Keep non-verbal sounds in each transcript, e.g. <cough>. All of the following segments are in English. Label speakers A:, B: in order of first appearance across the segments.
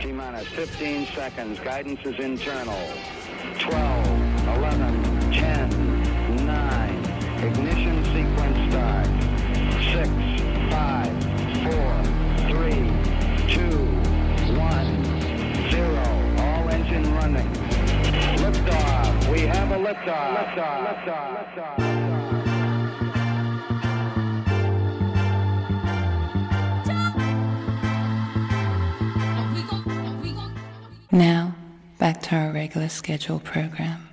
A: T minus 15 seconds. Guidance is internal. 12, 11, 10, 9. Ignition sequence starts. 6, 5, 4, 3, 2, 1, 0. All engine running. Liftoff. We have a liftoff. Liftoff. Liftoff. Liftoff.
B: Now, back to our regular schedule program.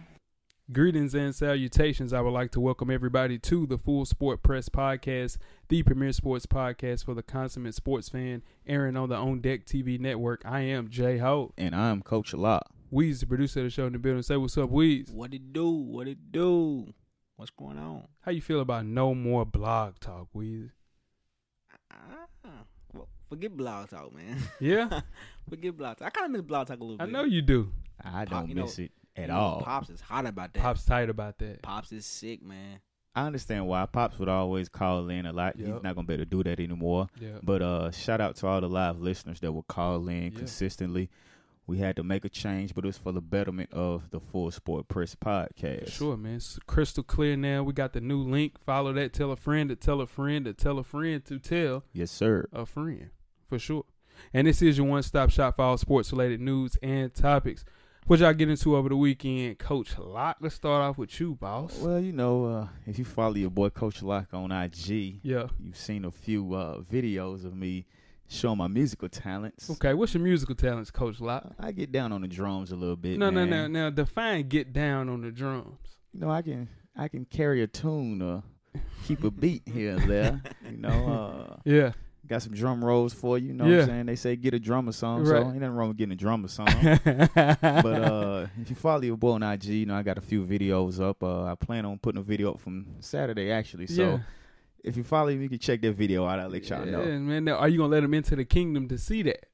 C: Greetings and salutations. I would like to welcome everybody to the Full Sport Press Podcast, the premier sports podcast for the consummate sports fan, airing on the On Deck TV network. I am Jay Ho.
D: And I'm Coach Law.
C: Weez, the producer of the show in the building. Say what's up, Weez.
D: What it do? What it do? What's going on?
C: How you feel about no more blog talk, Weez?
D: Ah, well, forget blog talk, man. <laughs>
C: Yeah?
D: forget blog talk. I kind of miss blog talk a little
C: I
D: bit.
C: know you do.
E: I
D: Pop-
E: don't
D: you know-
E: miss it
D: You
E: at
D: know,
E: all.
D: Pops is hot about that. Pops,
C: Pop's tight about that.
D: is sick, man. <laughs>
E: I understand why Pops would always call in a lot.
C: Yep.
E: He's not gonna be able to do that anymore.
C: Yeah.
E: But uh, shout out to all the live listeners that would call in
C: Yeah.
E: consistently. We had to make a change, but it was for the betterment of the Full Sport Press
C: For
E: podcast.
C: Sure, man. It's crystal clear now. We got the new link. Follow that. Tell a friend to tell a friend to tell a friend to tell
E: Yes, sir.
C: a friend. For sure. And this is your one stop shop for all sports related news and topics. What y'all get into over the weekend, Coach Lock? Let's start off with you, boss.
E: Well, you know, uh, if you follow your boy Coach Lock on IG,
C: Yeah.
E: you've seen a few uh, videos of me showing my musical talents.
C: Okay, what's your musical talents, Coach Lock?
E: I get down on the drums a little bit.
C: No, no,
E: man.
C: no. Now define get down on the drums.
E: you know, I can I can carry a tune or keep a beat here and there. You know, uh,
C: <laughs> Yeah.
E: got some drum rolls for you. You know what
C: Yeah.
E: I'm saying? They say get a drummer song, so
C: Right.
E: ain't nothing wrong with getting
C: <laughs>
E: a drummer song.
C: but
E: Uh-huh.
C: <laughs>
E: but uh, if you follow your boy on IG, you know I got a few videos up. Uh, I plan on putting a video up from Saturday actually. So if you follow me, you can check that video out. I'll let y'all know.
C: Yeah, man. Now, are you gonna let them into the kingdom to see that?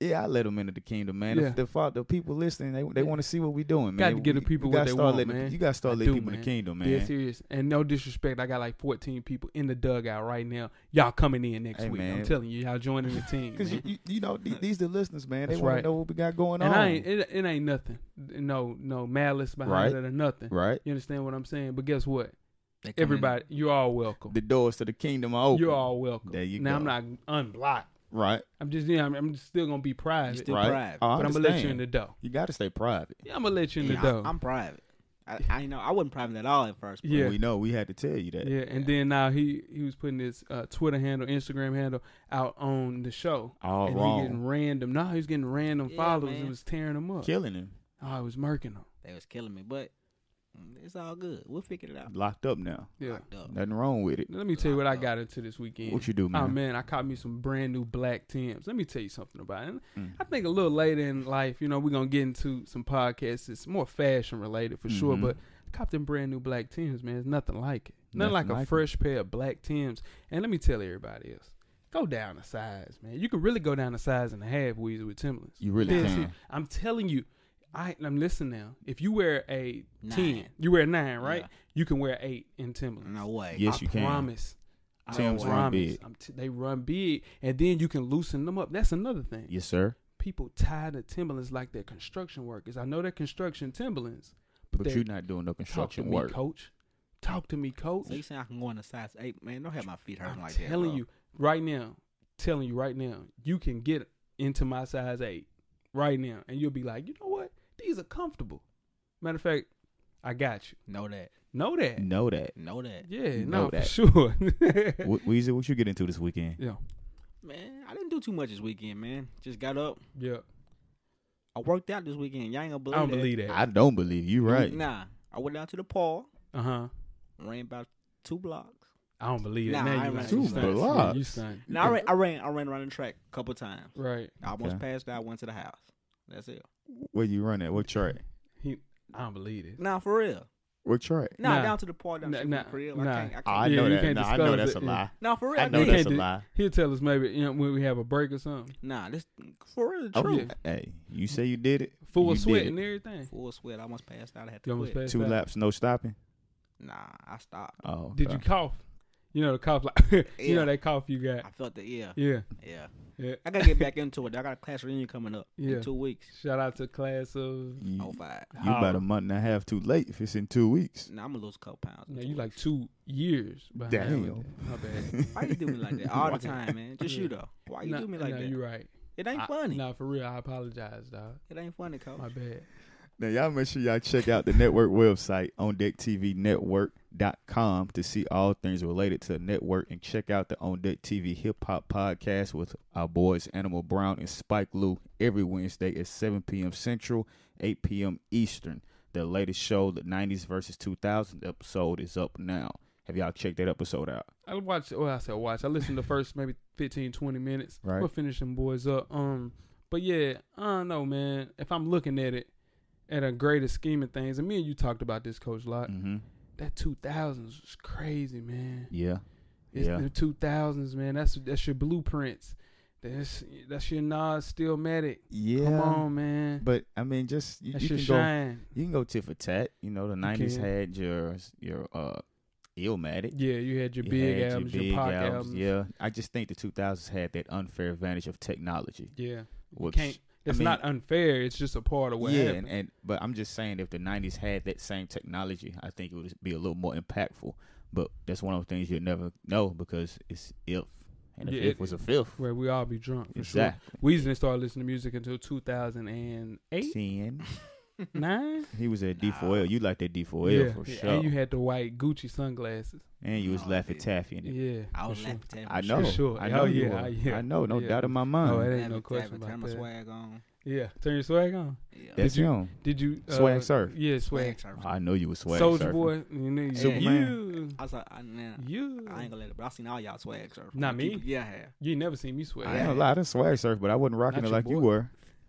E: Yeah, I let them into the kingdom, man.
C: Yeah.
E: If the, fa- the people listening, they they
C: Yeah.
E: want to see what we doing, man.
C: Got to give the
E: We-
C: people
E: we
C: what
E: gotta
C: they
E: start
C: want,
E: letting the-
C: man.
E: You got to
C: I
E: start letting
C: do,
E: people in
C: man.
E: the kingdom, man.
C: Dead serious. And no disrespect, I got like 14 people in the dugout right now. Y'all coming in next
E: Hey,
C: week. I'm
E: man.
C: telling you, y'all joining the
E: <laughs>
C: team.
E: Because you,
C: man.
E: you, you know the- these the listeners, man. They
C: That's
E: want
C: right.
E: to know what we got going
C: and
E: on,
C: I ain't, it, it ain't nothing. No, no malice behind
E: Right.
C: it or nothing.
E: right?
C: You understand what I'm saying? But guess what?
D: They come in-
C: Everybody, you're all welcome.
E: The doors to the kingdom are open.
C: You're all welcome.
E: There you
C: now
E: go.
C: I'm not unblocked.
E: right,
C: I'm just, you know, I'm, I'm still gonna be
D: You
C: private,
D: still
E: right.
D: private.
E: I
C: but I'm gonna
E: understand.
C: let you in the door.
E: You got to stay private.
C: Yeah, I'm gonna let you in
D: Yeah,
C: the door.
D: I, am private. I, I you know I wasn't private at all at first. but-
C: Yeah.
E: We know. We had to tell you that.
C: Yeah, and then now he he was putting his uh, Twitter handle, Instagram handle out on the show.
E: All
C: and
E: wrong.
C: He getting random. No, he was getting random
D: Yeah,
C: followers. It
D: man.
C: was tearing him up.
E: Killing him.
C: Oh, it was murking him.
D: They was killing me, but mm, it's all good. We'll figure it out.
E: Locked up now.
C: Yeah.
D: Locked up.
E: Nothing wrong with it.
C: Let me tell you what I got into this weekend.
E: What you do, man?
C: Oh man, I caught me some brand new black Tims. Let me tell you something about it.
E: Mm.
C: I think a little later in life, you know, we're gonna get into some podcasts. It's more fashion related for sure,
E: Mhm.
C: but I copped them brand new black Tims, man. There's nothing like it. Nothing,
E: Nothing
C: like,
E: like
C: a
E: it.
C: fresh pair of black Tims. And let me tell everybody else, go down a size, man. You can really go down a size and a half Weezy with Timberlands.
E: You really
C: Dead serious.
E: can.
C: I'm telling you, I I'm listening now. If you wear a ten,
D: Nine.
C: you wear a nine, right?
D: Yeah.
C: You can wear eight in Timberlands.
D: No way.
E: Yes,
C: I
E: you can.
C: promise.
E: Tim's
C: I
E: run
C: promise.
E: big.
C: I'm t- they run big, and then you can loosen them up. That's another thing.
E: Yes, sir.
C: People tie the Timberlands like they're construction workers. I know they're construction Timberlands, but,
E: But
C: they
E: you're not doing no
C: talk to
E: construction
C: me,
E: work.
C: coach. Talk to me, coach.
D: So you saying I can go in a size eight? Man, don't have my feet hurting
C: I'm
D: like that.
C: telling
D: bro.
C: you right now, telling you right now, you can get into my size eight right now, and you'll be like, you know what? These are comfortable. Matter of fact, I got you.
D: Know that.
C: Know that.
E: Know that.
D: Know that.
C: Yeah,
E: You
C: no, for
E: know that.
C: sure. <laughs>
E: Wh- Weezy, what you get into this weekend?
C: yeah,
D: Man, I didn't do too much this weekend, man. Just got up.
C: yeah.
D: I worked out this weekend. Y'all ain't gonna believe
C: I don't
D: that.
C: believe that.
E: I don't believe you, right?
D: Nah. I went down to the park,
C: Uh huh.
D: ran about two blocks.
C: I don't believe it.
D: Nah,
C: now
D: I
C: you
D: ain't
C: lying.
D: running
C: You
D: two
C: stunned.
E: blocks.
C: Yeah, You stunned.
D: Now I ran, I ran I ran around the track a couple times.
C: Right.
D: I almost
E: Okay.
D: passed out, went to the house. That's it.
E: Where you run at? What track?
C: He, I don't believe it.
D: Nah, for real.
E: What track?
D: Nah,
C: Nah.
D: down to the park, down
C: Nah,
D: to the
C: nah,
D: crib.
C: nah.
D: I can't. I can't.
E: I
C: Yeah,
E: know
C: you
E: that.
C: can't
E: Nah, I know
C: disclose
E: that's
C: it,
E: a
C: yeah.
E: lie.
D: Nah, for real.
E: I
D: I
E: know
C: You
D: did.
E: that's
C: can't
E: a
C: do-
E: lie.
C: He'll tell us maybe you know, when we have a break or something.
D: Nah, this for real.
E: Oh,
D: True.
C: Yeah.
E: Hey, you say you did it.
C: Full
E: you
C: of
E: did
C: sweat
E: it.
C: and everything.
D: Full sweat. I almost passed out. I had
C: You
D: to
C: almost
D: quit.
C: passed
E: Two
C: out.
E: laps, no stopping.
D: Nah, I stopped.
E: Oh,
C: Did
E: okay.
C: you cough? You know the cough, like <laughs> you know
D: Yeah.
C: that cough you
D: I
C: got.
D: felt that. Yeah,
C: Yeah,
D: yeah.
C: yeah.
D: I gotta get back into it. I got a class reunion coming up
C: Yeah.
D: in two weeks.
C: Shout out to class of.
E: You,
D: Oh five.
E: you about a month and a half too late if it's in two weeks.
D: Now I'm gonna lose a couple pounds. in
C: No,
D: two
C: you
D: weeks.
C: like two years behind. with
E: Damn.
C: that. My bad.
D: Why you do me
C: <laughs>
D: like that all
E: Why?
D: the time, man? Just
C: Yeah.
D: you though. Why <laughs> you
C: Nah,
D: do me like
C: nah,
D: that?
C: You right.
D: It ain't
C: I-
D: funny.
C: Nah, for real. I apologize, dog.
D: It ain't funny, coach. <laughs>
C: My bad.
E: Now y'all make sure y'all check out the network website on deck TV network.com to see all things related to the network and check out the on deck TV hip hop podcast with our boys Animal Brown and Spike Lou every Wednesday at 7 p.m. Central, 8 p.m. Eastern. The latest show, the 90s versus 2000 episode is up now. Have y'all checked that episode out?
C: I watched. Well, I said watch. I listened to the first maybe 15, 20 minutes.
E: Right.
C: We'll finish them boys up. Um, but yeah, I don't know, man. If I'm looking at it, at a greater scheme of things, and me and you talked about this, Coach Lot.
E: Mm-hmm.
C: That two thousands was crazy, man.
E: Yeah.
C: It's
E: Yeah.
C: the two thousands, man. That's that's your blueprints. That's that's your Nas Stillmatic.
E: Yeah.
C: Come on, man.
E: But I mean, just you,
C: that's
E: you
C: your
E: can go.
C: shine.
E: You can go tit for tat. You know, the nineties
C: can.
E: had your your uh Illmatic.
C: Yeah, you had your
E: You
C: big
E: had
C: albums, your, pop albums.
E: Yeah. I just think the two thousands had that unfair advantage of technology.
C: yeah. You
E: Which
C: can't. It's
E: mean-
C: not unfair. It's just a part of what
E: yeah,
C: happened.
E: and, and but I'm just saying if the nineties had that same technology, I think it would be a little more impactful. But that's one of those things you'll never know because it's if. And if
C: Yeah,
E: if
C: it-
E: was a fifth.
C: Where we all be drunk for
E: Exactly.
C: sure. We didn't start listening to music until 2008,
E: Ten.
C: nine.
E: He was at D four L. You like that D four L
C: Yeah,
E: for
C: yeah,
E: sure.
C: and you had the white Gucci sunglasses.
E: was
D: Oh,
E: laughing
D: dude.
E: taffy in it.
C: Yeah,
D: I
C: for
D: was
C: sure.
D: laughing at him.
E: I know.
C: sure.
E: I
C: Oh,
E: know you
C: yeah,
E: were.
C: I- yeah,
E: I know, no
C: yeah.
E: doubt in my mind.
C: Oh, that
D: Laughing
C: ain't no
D: at
C: question
D: him,
C: about
D: had my
C: that.
D: swag on.
C: Yeah, turn your swag on.
D: Yeah.
E: That's
C: Did you-
E: him.
C: Did you uh,
E: Swag surf.
C: Yeah,
D: swag.
C: swag.
E: Oh, I know you was swag.
C: Soldier
E: surfing.
C: boy, you, know, you-
E: Superman.
D: I was like, I, nah,
C: you,
D: I ain't gonna let it. But I seen all y'all swag surf.
C: Not me.
D: Yeah, I have.
C: you ain't never seen me swag.
E: I ain't gonna lie, I done swag surf, but I wasn't rocking
C: Not
E: it
C: your
E: like you
C: boy.
E: were.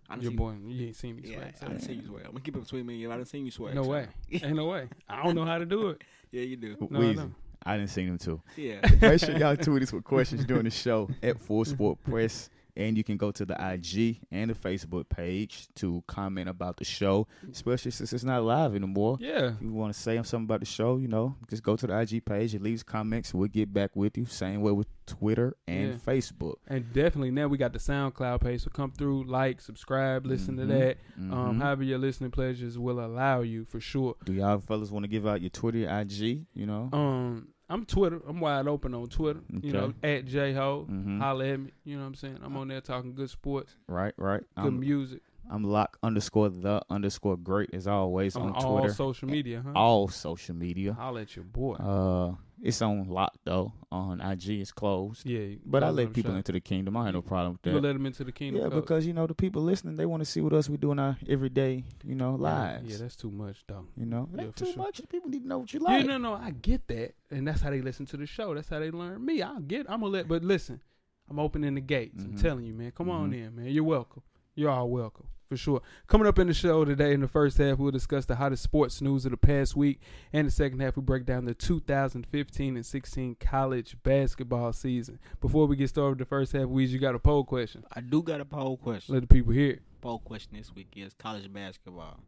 D: I done
C: Your
D: seen-
C: boy, you ain't seen me
D: Yeah,
C: swag.
D: I
C: <laughs>
D: done seen you swag. I'm gonna keep it between me and you. I done seen you swag.
C: No
D: surf.
C: way. Ain't no way. I don't know how to
E: <laughs>
C: do it.
D: <laughs> Yeah, you do.
C: No,
E: Weezy.
C: I know.
E: I didn't see
C: <laughs>
E: him too.
D: Yeah.
E: Make sure y'all tweet us with questions during the show at Full Sport Press. And you can go to the IG and the Facebook page to comment about the show, especially since it's not live anymore.
C: Yeah.
E: If you want to say something about the show, you know, just go to the IG page and leave us comments. We'll get back with you. Same way with Twitter and
C: Yeah.
E: Facebook.
C: And definitely now we got the SoundCloud page. So come through, like, subscribe, listen
E: Mhm.
C: to that. Um,
E: Mhm.
C: however your listening pleasures will allow you for sure.
E: Do y'all fellas want to give out your Twitter, IG? You know,
C: Um, I'm Twitter. I'm wide open on Twitter. You know, at J Ho.
E: Mhm.
C: Holla at me. You know what I'm saying? I'm on there talking good sports,
E: right, right.
C: good
E: I'm-
C: music
E: I'm lock underscore the underscore great as always
C: on,
E: on,
C: all
E: Twitter,
C: social media, huh?
E: all social media.
C: Holla at your boy.
E: Uh, it's on lock though. On IG, it's closed.
C: yeah.
E: But I
C: close
E: let
C: up
E: people
C: shop.
E: into the kingdom. I had no problem
C: You
E: with that.
C: let them into the kingdom.
E: Yeah,
C: Coach.
E: because you know the people listening, they want to see what else we do in our everyday, you know, lives.
C: Yeah, that's too much, though.
E: you know,
C: Yeah,
E: It ain't
C: for
E: too
C: sure.
E: much. People need to know what you
C: Yeah,
E: like.
C: no, no, I get that, and that's how they listen to the show. That's how they learn me. I get. I'm gonna let, but listen, I'm opening the gates.
E: Mhm.
C: I'm telling you, man. Come on
E: Mhm.
C: in, man. You're welcome. You're all welcome for sure. Coming up in the show today, in the first half, we'll discuss the hottest sports news of the past week, and the second half, we break down the 2015 and 16 college basketball season. Before we get started with the first half, Weez, you got a poll question.
D: I do got a poll question.
C: Let the people hear. it.
D: Poll question this week is college basketball.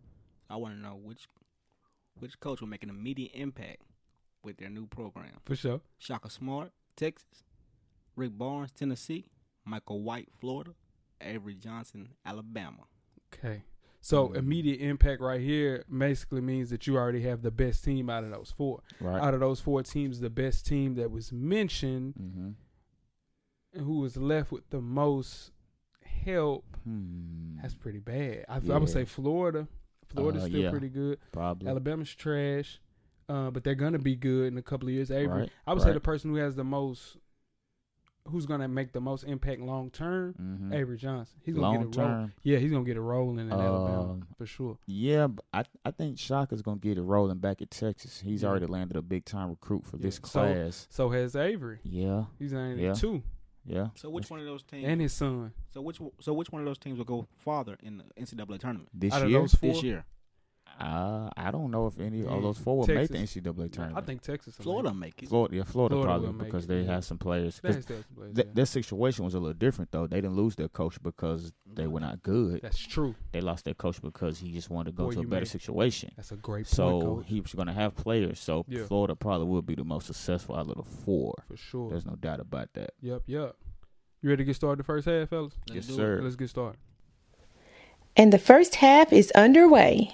D: I want to know which which coach will make an immediate impact with their new program.
C: for sure.
D: Shaka Smart, Texas. Rick Barnes, Tennessee. Michael White, Florida. Avery Johnson, Alabama.
C: Okay. So immediate impact right here basically means that you already have the best team out of those four.
E: Right.
C: Out of those four teams, the best team that was mentioned
E: mm-hmm.
C: and who was left with the most help,
E: Hmm.
C: that's pretty bad. I, I would
E: Yeah.
C: say Florida. Florida
E: Uh,
C: still
E: yeah.
C: pretty good.
E: Probably.
C: Alabama's trash, uh, but they're gonna be good in a couple of years. Avery,
E: Right,
C: I would say
E: right.
C: the person who has the most, who's gonna make the most impact long term,
E: Mhm.
C: Avery Johnson. He's gonna
E: Long
C: get a role.
E: term.
C: Yeah, he's gonna get a role in, in Alabama
E: Um,
C: for sure.
E: Yeah, but I I think Shaka's gonna get it rolling back at Texas. He's
C: Yeah.
E: already landed a big time recruit for
C: Yeah.
E: this
C: So-
E: class.
C: So has Avery.
E: yeah,
C: He's only
E: Yeah.
C: two,
E: yeah.
D: So which one of those teams?
C: and his son.
D: so which so which one of those teams will go farther in the NCAA tournament
E: This
C: out of
E: year,
C: those four,
D: this year?
E: Uh, I don't know if any
C: Yeah.
E: of those four will make the
C: Texas.
E: NCAA tournament.
C: I think Texas. will
D: Florida
C: make
D: make it.
E: Florida, yeah,
C: Florida
E: Florida,
C: will
E: probably
C: make
E: because
C: it,
E: they
C: yeah.
E: have some players.
C: it.
E: 'Cause
C: They still plays,
E: th-
C: yeah.
E: Their situation was a little different though. They didn't lose their coach because they were not good.
C: That's true.
E: They lost their coach because he just wanted to go
C: Boy,
E: to a
C: you
E: better
C: made-
E: situation.
C: That's a great point,
E: So
C: coach,
E: he was going to have players. So
C: Yeah.
E: Florida probably will be the most successful out of the four.
C: for sure.
E: There's no doubt about that.
C: Yep, yep. You ready to get started the first half, fellas?
E: yes,
D: do it.
E: sir.
C: Let's get started.
F: And the first half is underway.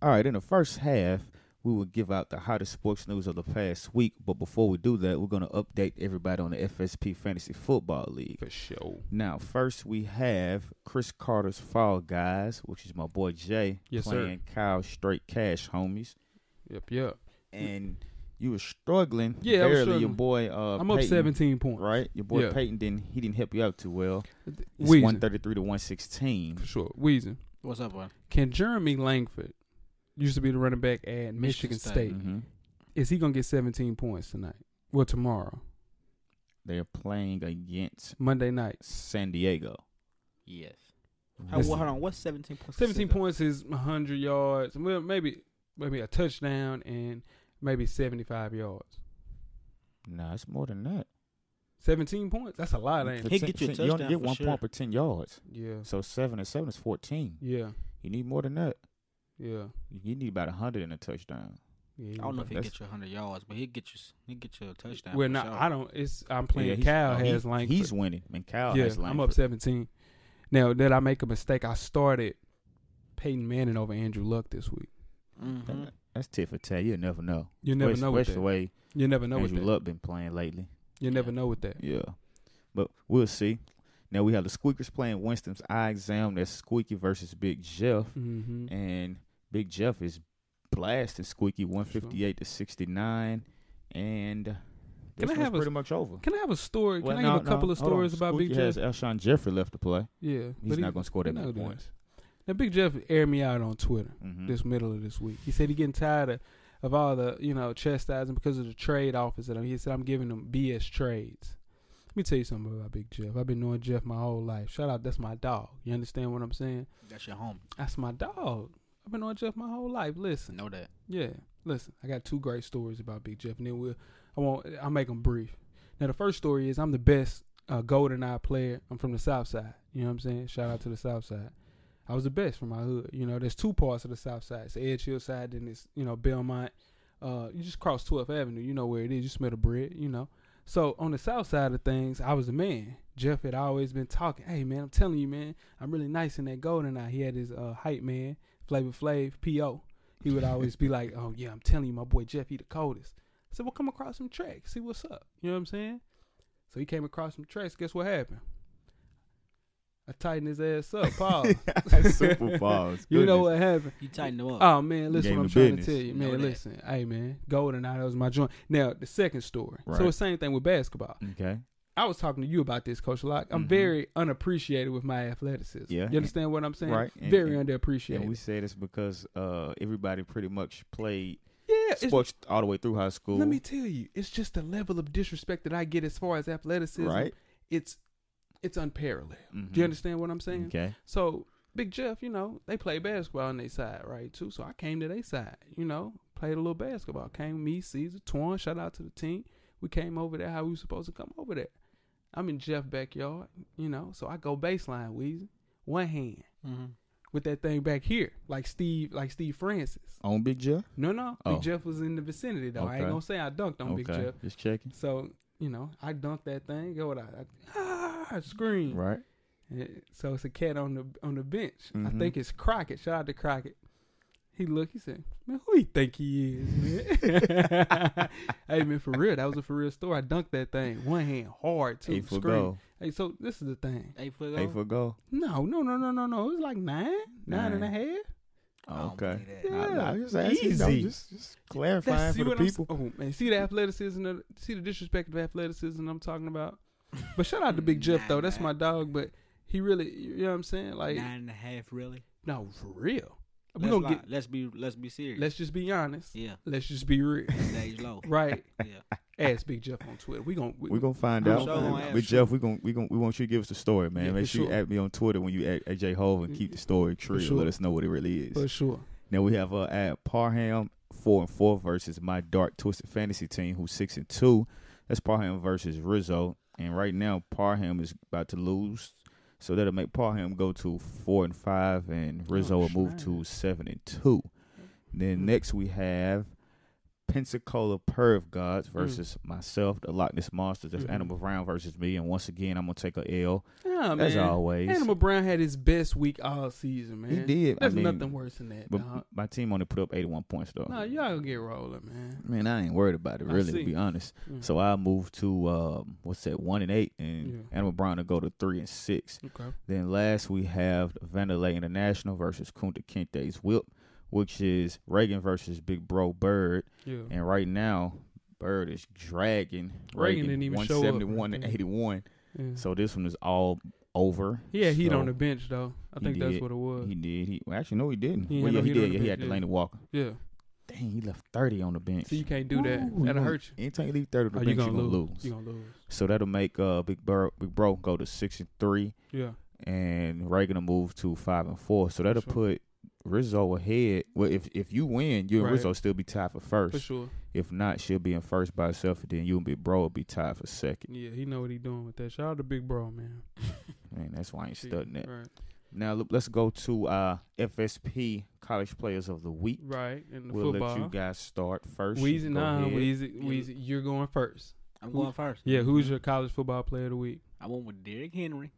E: All right, in the first half, we will give out the hottest sports news of the past week. But before we do that, we're going to update everybody on the FSP Fantasy Football League.
C: For sure.
E: Now, first we have Chris Carter's Fall Guys, which is my boy Jay
C: Yes, sir.
E: playing Kyle Straight Cash, homies.
C: Yep, yep.
E: And you were struggling.
C: Yeah, I was
E: barely. Your
C: struggling.
E: boy. Uh,
C: I'm up
E: Peyton,
C: 17 points.
E: Right, your boy
C: Yeah.
E: Peyton didn't. He didn't help you out too well. It's one
C: Weezing.
E: thirty-three to one sixteen.
C: For sure. Weezing.
D: What's up, boy?
C: Can Jeremy Langford, used to be the running back at Michigan,
D: Michigan
C: State,
D: State.
E: Mm-hmm.
C: is he going to get 17 points tonight? Well, tomorrow,
E: They're playing against
C: Monday night.
E: San Diego.
D: Yes. How,
C: Listen.
D: well, hold on. What's seventeen points?
C: 17 points is 100 yards. Well, maybe maybe a touchdown and maybe 75 yards.
E: Nah, it's more than that.
C: 17 points? That's a lot, ain't it?
D: He'll get you a
E: you only
D: touchdown
E: get
D: for
E: one
D: sure.
E: point per ten yards.
C: Yeah.
E: So seven and seven is fourteen.
C: Yeah.
E: You need more than that.
C: Yeah.
E: You need about hundred in a touchdown.
C: yeah.
D: I don't know if he
E: That's-
D: get you hundred yards, but he'll get you. He get you a touchdown.
C: Well,
D: for
C: no,
D: sure.
C: I don't. It's I'm
E: Yeah,
C: playing
E: he's-
C: Cal
E: oh, he-
C: has Langford.
E: He's winning, and Cal
C: yeah,
E: has Langford.
C: I'm up 17. Now, did I make a mistake? I started Peyton Manning over Andrew Luck this week.
D: Mhm.
E: That- That's tit for tat. You never know.
C: You never know with
E: Especially
C: that.
E: the way
C: You never know with
E: Andrew
C: that.
E: Luck been playing lately.
C: You never know with that.
E: Yeah, but we'll see. Now we have the Squeakers playing Winston's Eye Exam. That's Squeaky versus Big Jeff,
C: Mm-hmm.
E: and Big Jeff is blasting Squeaky 158 to 69, and this
C: I
E: one's
C: have a-
E: pretty much over.
C: Can I have a story? Can
E: Well,
C: I
E: no,
C: give a couple
E: no,
C: of
E: hold on.
C: stories about Big
E: Squeaky
C: Jeff?
E: Has Alshon Jeffrey left to play?
C: yeah,
E: He's
C: but
E: not
C: he-
E: going to score that
C: he
E: many
C: not gonna.
E: points.
C: Now, Big Jeff aired me out on Twitter
E: Mhm.
C: this middle of this week. He said he getting tired of, of all the you know chastising because of the trade offers that I'm- he said I'm giving them BS trades. Let me tell you something about Big Jeff. I've been knowing Jeff my whole life. Shout out, that's my dog. You understand what I'm saying?
D: That's your home.
C: That's my dog. I've been knowing Jeff my whole life. Listen,
D: Know that.
C: yeah, listen. I got two great stories about Big Jeff, and then we'll I won't I'll make them brief. Now the first story is I'm the best uh, Golden Eye player. I'm from the South Side. You know what I'm saying? Shout out to the South Side. I was the best from my hood. You know, there's two parts of the South Side. It's the Edge Hill side, then it's you know Belmont. Uh, you just cross 12th Avenue. You know where it is. You smell the bread. You know. So on the South Side of things, I was the man. Jeff had always been talking. Hey man, I'm telling you, man, I'm really nice in that Golden Eye. He had his uh, hype man, Flavor Flav, P.O. He would always be like, "Oh yeah, I'm telling you, my boy Jeff, he the coldest." I said, "Well, come across some tracks, see what's up." You know what I'm saying? So he came across some tracks. Guess what happened? I tightened his ass
E: <laughs>
C: up, Paul.
E: Super balls.
C: <laughs> you know what happened?
D: You tighten them up.
C: Oh man, listen
E: Game
C: what I'm
E: of
C: trying
E: business.
C: to tell you,
D: You
C: man.
D: know that.
C: listen, hey man, Golden Eye, that was my joint. Now the second story. So
E: Right.
C: it's same thing with basketball.
E: Okay.
C: I was talking to you about this, Coach Locke. I'm
E: Mhm.
C: very unappreciated with my athleticism.
E: Yeah.
C: you understand what I'm saying?
E: Right. And-
C: Very
E: and-
C: underappreciated.
E: And we say this because uh, everybody pretty much played
C: yeah, it's-
E: sports all the way through high school.
C: Let me tell you, it's just the level of disrespect that I get as far as athleticism.
E: Right.
C: It's it's unparalleled. Do
E: Mhm.
C: you understand what I'm saying?
E: Okay.
C: So Big Jeff, you know, they play basketball on their side, right? Too. So I came to their side, you know, played a little basketball. Came me, Caesar, Twan, shout out to the team. We came over there how we was supposed to come over there. I'm in Jeff backyard, you know, so I go baseline, Weezy, one hand
E: Mm-hmm.
D: Mhm.
C: with that thing back here, like Steve, like Steve Francis.
E: On Big Jeff.
C: No, no,
E: Oh.
C: Big Jeff was in the vicinity though. I ain't
E: Okay.
C: gonna say I dunked on Big
E: okay.
C: Jeff.
E: Just checking.
C: So you know, I dunked that thing. Go what I, I ah, I scream.
E: Right.
C: And So it's a cat on the on the bench. I
E: Mhm.
C: think it's Crockett. Shout out to Crockett. He looked. He said, "Man, who he think he is, man?" <laughs> hey, man, for real, that was a for real story. I dunked that thing one hand hard too.
E: Eight for
C: scream.
E: goal.
C: Hey, so this is the thing.
D: Eight foot.
E: Eight for goal.
C: No, no, no, no, no, no. It was like nine, nine and a
E: Nine.
C: half.
D: Oh,
E: okay.
C: Yeah.
E: I, I just asking, you know,
C: Easy.
E: just, just clarifying
C: That's- see
E: for the
C: what I'm s-
E: people.
C: oh man, see the athleticism, of- see the disrespect of athleticism I'm talking about. But shout out to Big Jeff though. That's my dog. But he really, you know what I'm saying? Like,
D: Nine and a half, really?
C: no, for real. We
D: Let's
C: gonna
D: lie.
C: get.
D: Let's be. Let's be serious.
C: Let's just be honest.
D: yeah.
C: Let's just be real.
D: Stage low.
C: <laughs>
D: <laughs>
C: right.
D: Yeah.
C: Ask Big Jeff on Twitter. We gonna. We,
E: We're gonna find
C: I'm
E: out.
C: sure gonna
E: man.
D: ask
E: But
D: you.
E: Jeff, we gonna we gonna we want you to give us the story, man.
C: Yeah,
E: Make
C: for
E: sure you
C: sure.
E: at me on Twitter when you at AJ Hove and keep the story true. and
C: sure.
E: Let us know what it really is.
C: for sure.
E: Now we have uh at Parham four and four versus my dark twisted fantasy team who's six and two. That's Parham versus Rizzo. And right now Parham is about to lose. So that'll make Parham go to four and five and Rizzo will move to seven and two.
C: Oh,
E: Then
C: Hmm.
E: next we have Pensacola Perv Gods
C: Hmm.
E: versus myself, the Loch Ness Monsters. That's
C: Mhm.
E: Animal Brown versus me. And once again, I'm gonna take a L
C: Nah,
E: as
C: man.
E: always.
C: Animal Brown had his best week all season, man.
E: he did.
C: There's
E: I mean,
C: nothing worse than that,
E: But uh,
C: dog.
E: my team only put up 81 points though.
C: Nah, y'all gonna get rolling, man.
E: Man, I ain't worried about it
C: I
E: really, to
C: see.
E: be honest.
C: Mm.
E: So I moved to um, what's that, one and eight, and
C: Yeah.
E: Animal Brown to go to three and six.
C: Okay.
E: Then last we have Vandalay International versus Kunta Kinte's Whip, which is Reagan versus Big Bro Bird,
C: Yeah.
E: and right now Bird is dragging Reagan,
C: Reagan didn't even
E: one
C: show up.
E: seventy one to eighty one.
C: yeah.
E: So this one is all over.
C: he had heat
E: So
C: on the bench though. I
E: he
C: think that's
E: did.
C: what it was.
E: He did. He well, actually no, he didn't.
C: He had
E: well, yeah,
C: no
E: he
C: heat on
E: did.
C: the
E: Yeah, he had
C: bench,
E: the
C: yeah.
E: Lane Walker.
C: yeah.
E: Dang, he left thirty on the bench.
C: So you can't do that.
E: Ooh,
C: That'll
E: you-
C: hurt you.
E: Anytime you leave third of the
C: Oh, you
E: bench,
C: gonna,
E: you're gonna
C: lose.
E: lose.
C: You gonna lose.
E: So that'll make uh Big Bro Big Bro go to six and three,
C: Yeah.
E: and Reagan will move to five and four. So that'll
C: sure.
E: put Rizzo ahead. Well, if if you win, you and
C: Right.
E: Rizzo will still be tied for first.
C: For sure.
E: If not, she'll be in first by herself, and then you and Big Bro will be tied for second.
C: Yeah, he know what he doing with that. Shout out to Big Bro, man.
E: <laughs> Man, that's why I ain't
C: Shit.
E: studying that.
C: Right.
E: Now look, let's go to uh FSP College Players of the Week.
C: Right. And the
E: We'll
C: football.
E: let you guys start first.
C: Weezy,
E: Go
C: nah,
E: ahead.
C: Weezy,
D: Yeah.
C: Weezy, you're going first.
D: I'm
C: Who-
D: going first.
C: Yeah, who's your college football player of the week?
D: I went with Derrick Henry,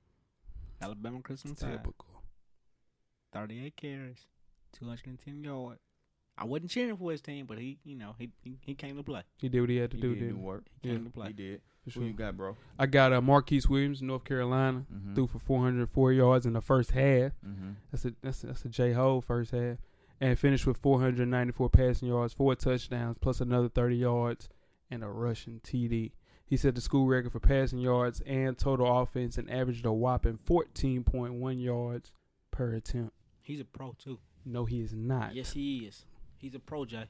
D: Alabama Christian Tide,
C: Typical.
D: 38 carries, 210 yards. I wasn't cheering for his team, but he, you know, he he, he came to play.
C: He did what he had to
E: He
C: do,
E: did do
C: didn't he?
E: work.
D: He
C: Yeah.
D: came to play.
E: He did.
C: For
E: Who you
C: sure.
E: got, bro?
C: I got uh, Marquise Williams, North Carolina,
E: Mm-hmm.
C: threw for 404 yards in the first half.
E: Mm-hmm.
C: That's a that's a, that's a J Ho first half, and finished with 494 passing yards, four touchdowns, plus another 30 yards and a rushing TD. He set the school record for passing yards and total offense, and averaged a whopping 14.1 yards per attempt.
D: He's a pro too.
C: No, he is not.
D: Yes, he is. He's a pro, Jay.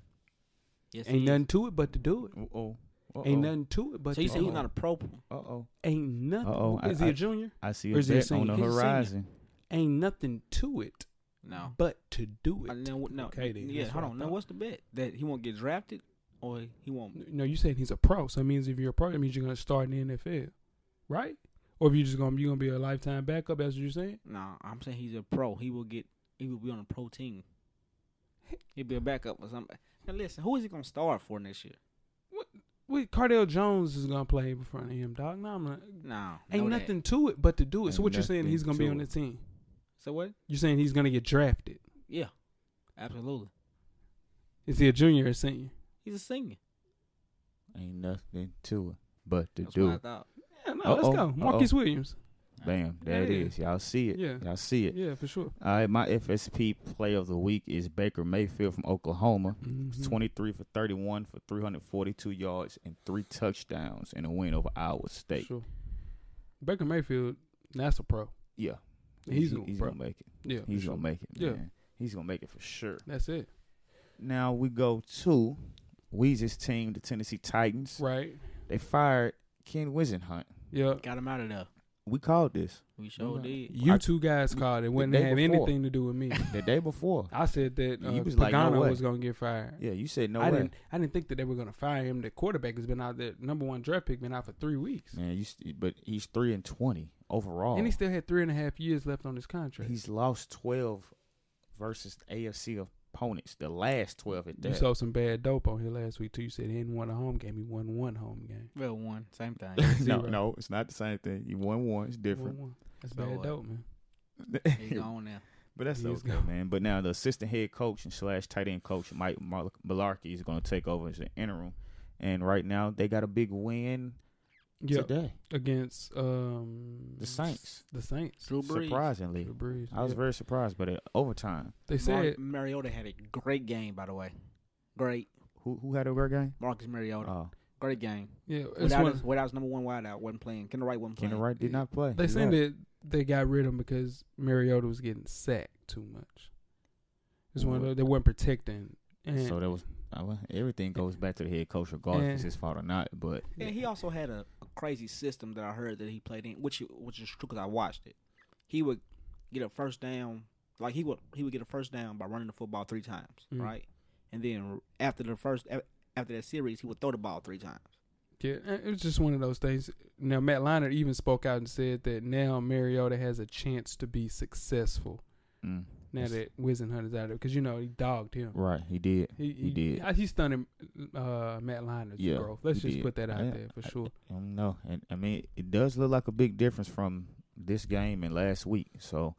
D: Yes,
C: Ain't
D: he
C: nothing to it but to do it.
E: Uh oh.
C: Ain't nothing to it but
D: Is. So you
C: to
D: said
C: do
D: he's
C: it.
D: not a pro?
E: Uh oh.
C: Ain't nothing.
E: Uh-oh, I-
C: is he a
E: I-
C: junior?
E: I see
C: Or
E: a
C: is he a
E: bet on the
C: singer? He's a singer.
E: horizon.
C: Ain't nothing to it
D: No.
C: but to do it.
D: Uh, no, no.
C: Okay, then,
D: yeah,
C: that's
D: hold
C: what I
D: on. Now,
C: thought.
D: what's the bet that he won't get drafted or he won't?
C: No, you saying he's a pro. So it means if you're a pro, it means you're gonna start in the NFL, right? Or if you're just gonna you gonna be a lifetime backup, that's what you're saying.
D: No, I'm saying he's a pro. He will get. He will be on a
C: <laughs>
D: pro team. He'll be a backup or something. Now listen, who is he gonna start for next year?
C: Wait, Cardell Jones is gonna play in front of him, dog. No, I'm not.
D: No,
C: Ain't
D: know that.
C: nothing to it but to do it. so
E: Ain't
C: what you're saying?
E: nothing
C: He's gonna be
E: to
C: on the
E: it.
C: team.
D: So what?
C: You're saying he's gonna get drafted.
D: Yeah, absolutely.
C: Is he a junior or a senior?
D: He's a singer.
E: Ain't nothing to it but to
D: That's
E: do
D: what I
E: it.
D: thought.
C: Yeah, no,
E: Uh-oh,
C: let's go. Marquise
E: uh-oh.
C: Williams.
E: Bam. There it
C: Yeah.
E: is. Y'all see it.
C: Yeah.
E: Y'all see it.
C: Yeah, for sure.
E: All right. My FSP play of the week is Baker Mayfield from Oklahoma. He's
C: Mhm.
E: 23 for 31 for 342 yards and three touchdowns in a win over Iowa
C: For
E: State.
C: sure. Baker Mayfield, that's a pro.
E: Yeah.
C: He's,
E: he-
C: a
E: he's
C: pro.
E: gonna make it.
C: yeah, for
E: He's
C: sure.
E: gonna make it.
C: Yeah.
E: man. He's gonna make it for sure.
C: That's it.
E: Now we go to Weezy's team, the Tennessee Titans.
C: Right.
E: They fired Ken Wisenhunt.
C: Yeah.
D: Got him out of there.
E: We called this
D: We sure
E: not-
D: did.
C: You
E: I-
C: two guys called it. Wouldn't
E: day
C: have
E: before.
C: anything to do with
E: <laughs>
C: me.
E: the day before.
C: <laughs> I said that
E: You
C: uh,
E: was
C: was
E: like, no way.
C: was gonna get fired.
E: Yeah, you said no
C: I
E: way.
C: didn't. I didn't think that they were gonna fire him. The quarterback has been out. The number one draft pick been out for three weeks,
E: Man, you st- but he's three and twenty overall.
C: and he still had three and a half years left on his contract.
E: he's lost twelve versus AFC opponents. The last twelve at
C: you
E: that. <laughs>
C: saw some bad dope on here last week too. You said he didn't win a home game. He won one home game.
D: Well, one same thing.
E: <laughs> no,
C: zero.
E: no, it's not the same thing. You won one, it's different.
C: One, one. That's
D: So
C: bad
D: what?
C: dope, man.
D: He's gone now.
E: <laughs> but that's
C: He is
E: okay,
C: gone.
E: man. But now the assistant head coach and slash tight end coach Mike Mal- Malarkey is going to take over as an interim. And right now they got a big win
C: Yeah,
E: today.
C: against um
E: The Saints.
C: The Saints.
D: Drew Brees.
E: Surprisingly,
C: Drew Brees,
E: I was
C: yeah.
E: very surprised. But at overtime,
C: They said
D: Mar- Mariota had a great game, by the way. Great,
E: who who had a great game?
D: Marcus Mariota.
E: Oh,
D: great game.
C: yeah. It's
D: Without
C: one-
D: his, without his number one wideout, wasn't playing. Kendall Wright wasn't playing.
E: Kendall Wright did not play.
C: They
E: You're
C: saying
E: right.
C: that they got rid of him because Mariota was getting sacked too much. It's one of those, they weren't protecting. And
E: So that was I wa- everything goes back to the head coach, regardless if it's
C: Yeah.
E: his fault or not. But
D: And he also had a, a crazy system that I heard that he played in, which which is true because I watched it. He would get a first down, like he would he would get a first down by running the football three times,
C: Mm.
D: right? And then after the first af- after that series, he would throw the ball three times.
C: Yeah, it was just one of those things. Now Matt Leinart even spoke out and said that now Mariota has a chance to be successful
E: mm,
C: now that Wizen Hunter's out of because you know he dogged him.
E: right, he did.
C: He,
E: He did.
C: I- He stunned uh, Matt Leinert's
E: Yeah,
C: growth. Let's
E: he
C: just
E: did.
C: put that out
E: I-
C: there for sure.
E: I don't know. And I mean, it does look like a big difference from this game and last week. So,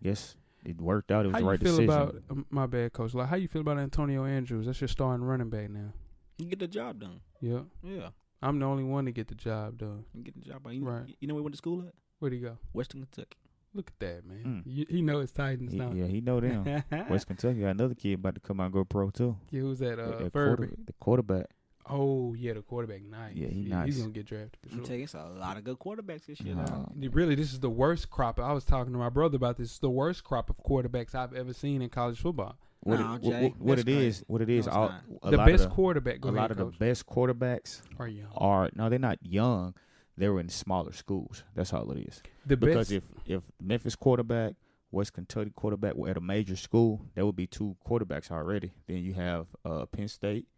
E: yes, it worked out. It was
C: How
E: the
C: you
E: right
C: feel
E: decision.
C: about um, my bad coach? Like how you feel about Antonio Andrews? That's your starting running back now.
D: You get the job done.
C: Yeah,
D: Yeah,
C: I'm the only one to get the job done.
D: you get the job done. You,
C: Right.
D: you know where we went to school at
C: Where'd he go?
D: Western Kentucky.
C: Look at that man.
E: Mm.
C: You, he know it's Titans
E: He-
C: now.
E: yeah, he
C: <laughs>
E: know them. West Kentucky got another kid about to come out and go pro too.
C: Yeah, who's that?
E: The-
C: Uh,
E: the,
C: Furby.
E: quarter- the quarterback.
C: Oh yeah, the quarterback. Nice.
E: Yeah, he nice.
C: He's gonna get drafted for
D: I'm
C: sure.
D: telling you, it's a lot of good quarterbacks this year.
E: Nah.
D: though.
C: Really, this is the worst crop. I was talking to my brother about this. It's the worst crop of quarterbacks I've ever seen in college football.
E: What,
D: Nah,
E: it, what-
D: Jay,
E: what, what
D: that's
E: it is?
D: crazy.
E: What it is?
D: No, it's
E: all,
D: not.
E: a
C: the
E: lot of
C: best
E: the,
C: quarterback. Go
E: a
C: ahead,
E: lot of the Oh,
C: coach.
E: best quarterbacks
C: Are young.
E: are no, they're not young. They were in smaller schools. That's all it is.
C: the
E: Because
C: best.
E: if if Memphis quarterback, West Kentucky quarterback were at a major school, there would be two quarterbacks already. Then you have uh, Penn State,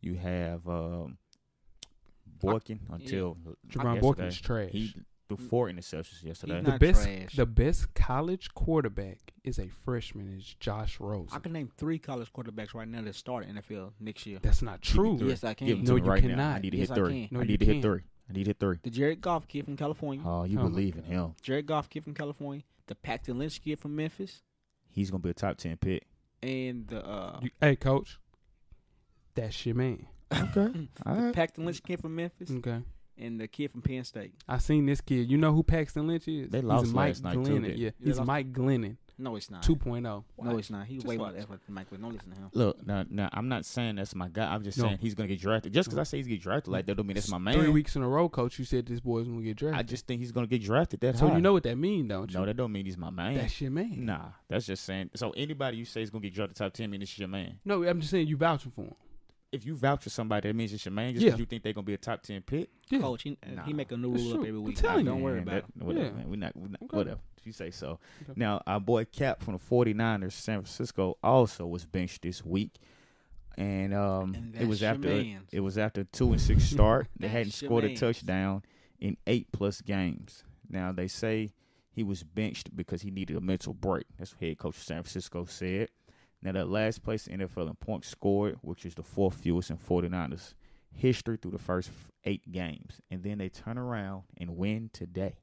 E: you have um, Boykin until
C: Jerron
E: yesterday.
C: Borkin's trash.
E: He threw four interceptions yesterday.
C: the
D: Mm. not
C: best.
D: trash.
C: The best college quarterback is a freshman. Is Josh Rosen.
D: I can name three college quarterbacks right now that start in NFL next year.
C: That's not true.
D: Yes, I can.
E: Give them
C: No,
E: to me
C: you
E: right now. I
C: cannot.
E: need to
D: Yes,
E: hit
D: I
E: three.
D: can. Mm-hmm.
C: No,
E: I
C: you
E: need to hit
C: can't.
E: three. I need to hit three.
D: The Jared Goff kid from California.
E: Oh, you
C: Oh my
E: believe in him?
D: Jared Goff kid from California. The Paxton Lynch kid from Memphis.
E: He's gonna be a top ten pick.
D: and the uh,
C: You- hey, coach. That's your man.
D: <laughs>
E: Okay. All
D: <clears throat> the
E: right.
D: Paxton Lynch kid from Memphis
C: Okay.
D: and the kid from Penn State.
C: I seen this kid. You know who Paxton Lynch is?
E: They lost
C: He's Mike
E: last night, too,
C: Glennon.
E: didn't-
C: yeah,
D: They
C: he's
D: lost-
C: Mike Glennon, oh.
D: No, it's not.
C: 2.0.
D: No, it's not. He's
C: Just
D: way more
C: watch.
D: effort than Mike. Glennon. Don't listen to him.
E: Look, now, now, I'm not saying that's my guy. I'm just
C: No.
E: saying he's gonna get drafted. Just because I say he's gonna get drafted like that, don't mean that's my man.
C: Three weeks in a row, coach. You said this boy's gonna get drafted.
E: I just think he's gonna get drafted. That
C: so
E: high.
C: you know what that mean, don't you?
E: No, that don't mean he's my man.
C: That's your man.
E: nah, that's just saying. So anybody you say is gonna get drafted top ten means it's your man.
C: No, I'm just saying you vouching for him.
E: If you vouch for somebody, that means it's your man. Just
C: Yeah.
E: 'cause you think they're gonna be a top ten pick.
C: Yeah.
D: Coach, he, uh,
E: Nah.
D: he make a new
C: That's
D: rule up
C: true.
D: every
C: I'm
D: week.
C: telling
D: don't
C: you.
D: worry
E: Man,
D: about
E: that-
D: it.
E: Whatever,
C: Yeah.
E: man. We not, we not
C: Okay.
E: whatever. You say so.
C: Okay.
E: Now our boy Cap from the 49ers, San Francisco, also was benched this week. And um
D: And
E: it was
D: that's your
E: after
D: mans.
E: it was after a two and
D: <laughs>
E: six start. they
D: That's
E: hadn't
D: your
E: scored a
D: mans.
E: touchdown in eight plus games. Now they say he was benched because he needed a mental break. That's what head coach of San Francisco said. Now that last place in NFL in points scored, which is the fourth fewest in 49ers history through the first f- eight games, and then they turn around and win today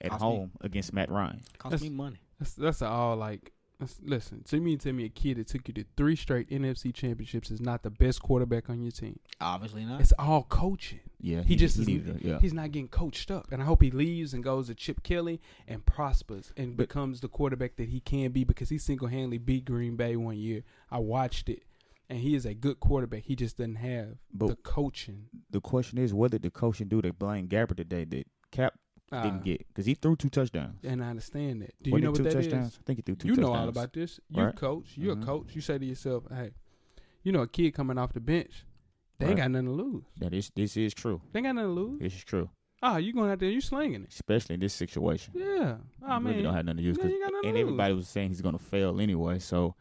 E: at
D: Cost me.
E: home against Matt Ryan.
D: Cost
C: That's-
D: me money.
C: That's that's a all like. That's, listen, to me, tell me a kid that took you to three straight NFC championships is not the best quarterback on your team.
D: Obviously not.
C: It's all coaching.
E: Yeah,
C: He, just is,
E: needed a- yeah.
C: he's not getting coached up, and I hope he leaves and goes to Chip Kelly and prospers and
E: But-
C: becomes the quarterback that he can be because he single handedly beat Green Bay one year. I watched it, and he is a good quarterback. He just doesn't have
E: But-
C: the coaching.
E: the question is, what did the coaching do to Blaine Gabbert today that Cap
C: Uh,
E: didn't get? Because he threw two touchdowns.
C: and I understand that. Do you
E: Wasn't it
C: know what
E: two
C: that is?
E: touchdowns? I think he threw two
C: you
E: touchdowns.
C: know all about this. You
E: Right.
C: coach. You're
E: Mhm.
C: a coach. You say to yourself, "Hey, you know a kid coming off the bench, they ain't
E: Right.
C: got nothing to lose.
E: that. Is this is true?
C: They ain't got nothing to lose.
E: This is true,
C: Ah, you going out there, you slinging it.
E: especially in this situation.
C: Yeah, I
E: You really
C: mean,
E: don't have nothing to use.
C: Oh, yeah,
E: 'cause-
C: you got nothing
E: and
C: to
E: everybody was saying he's going to fail anyway, so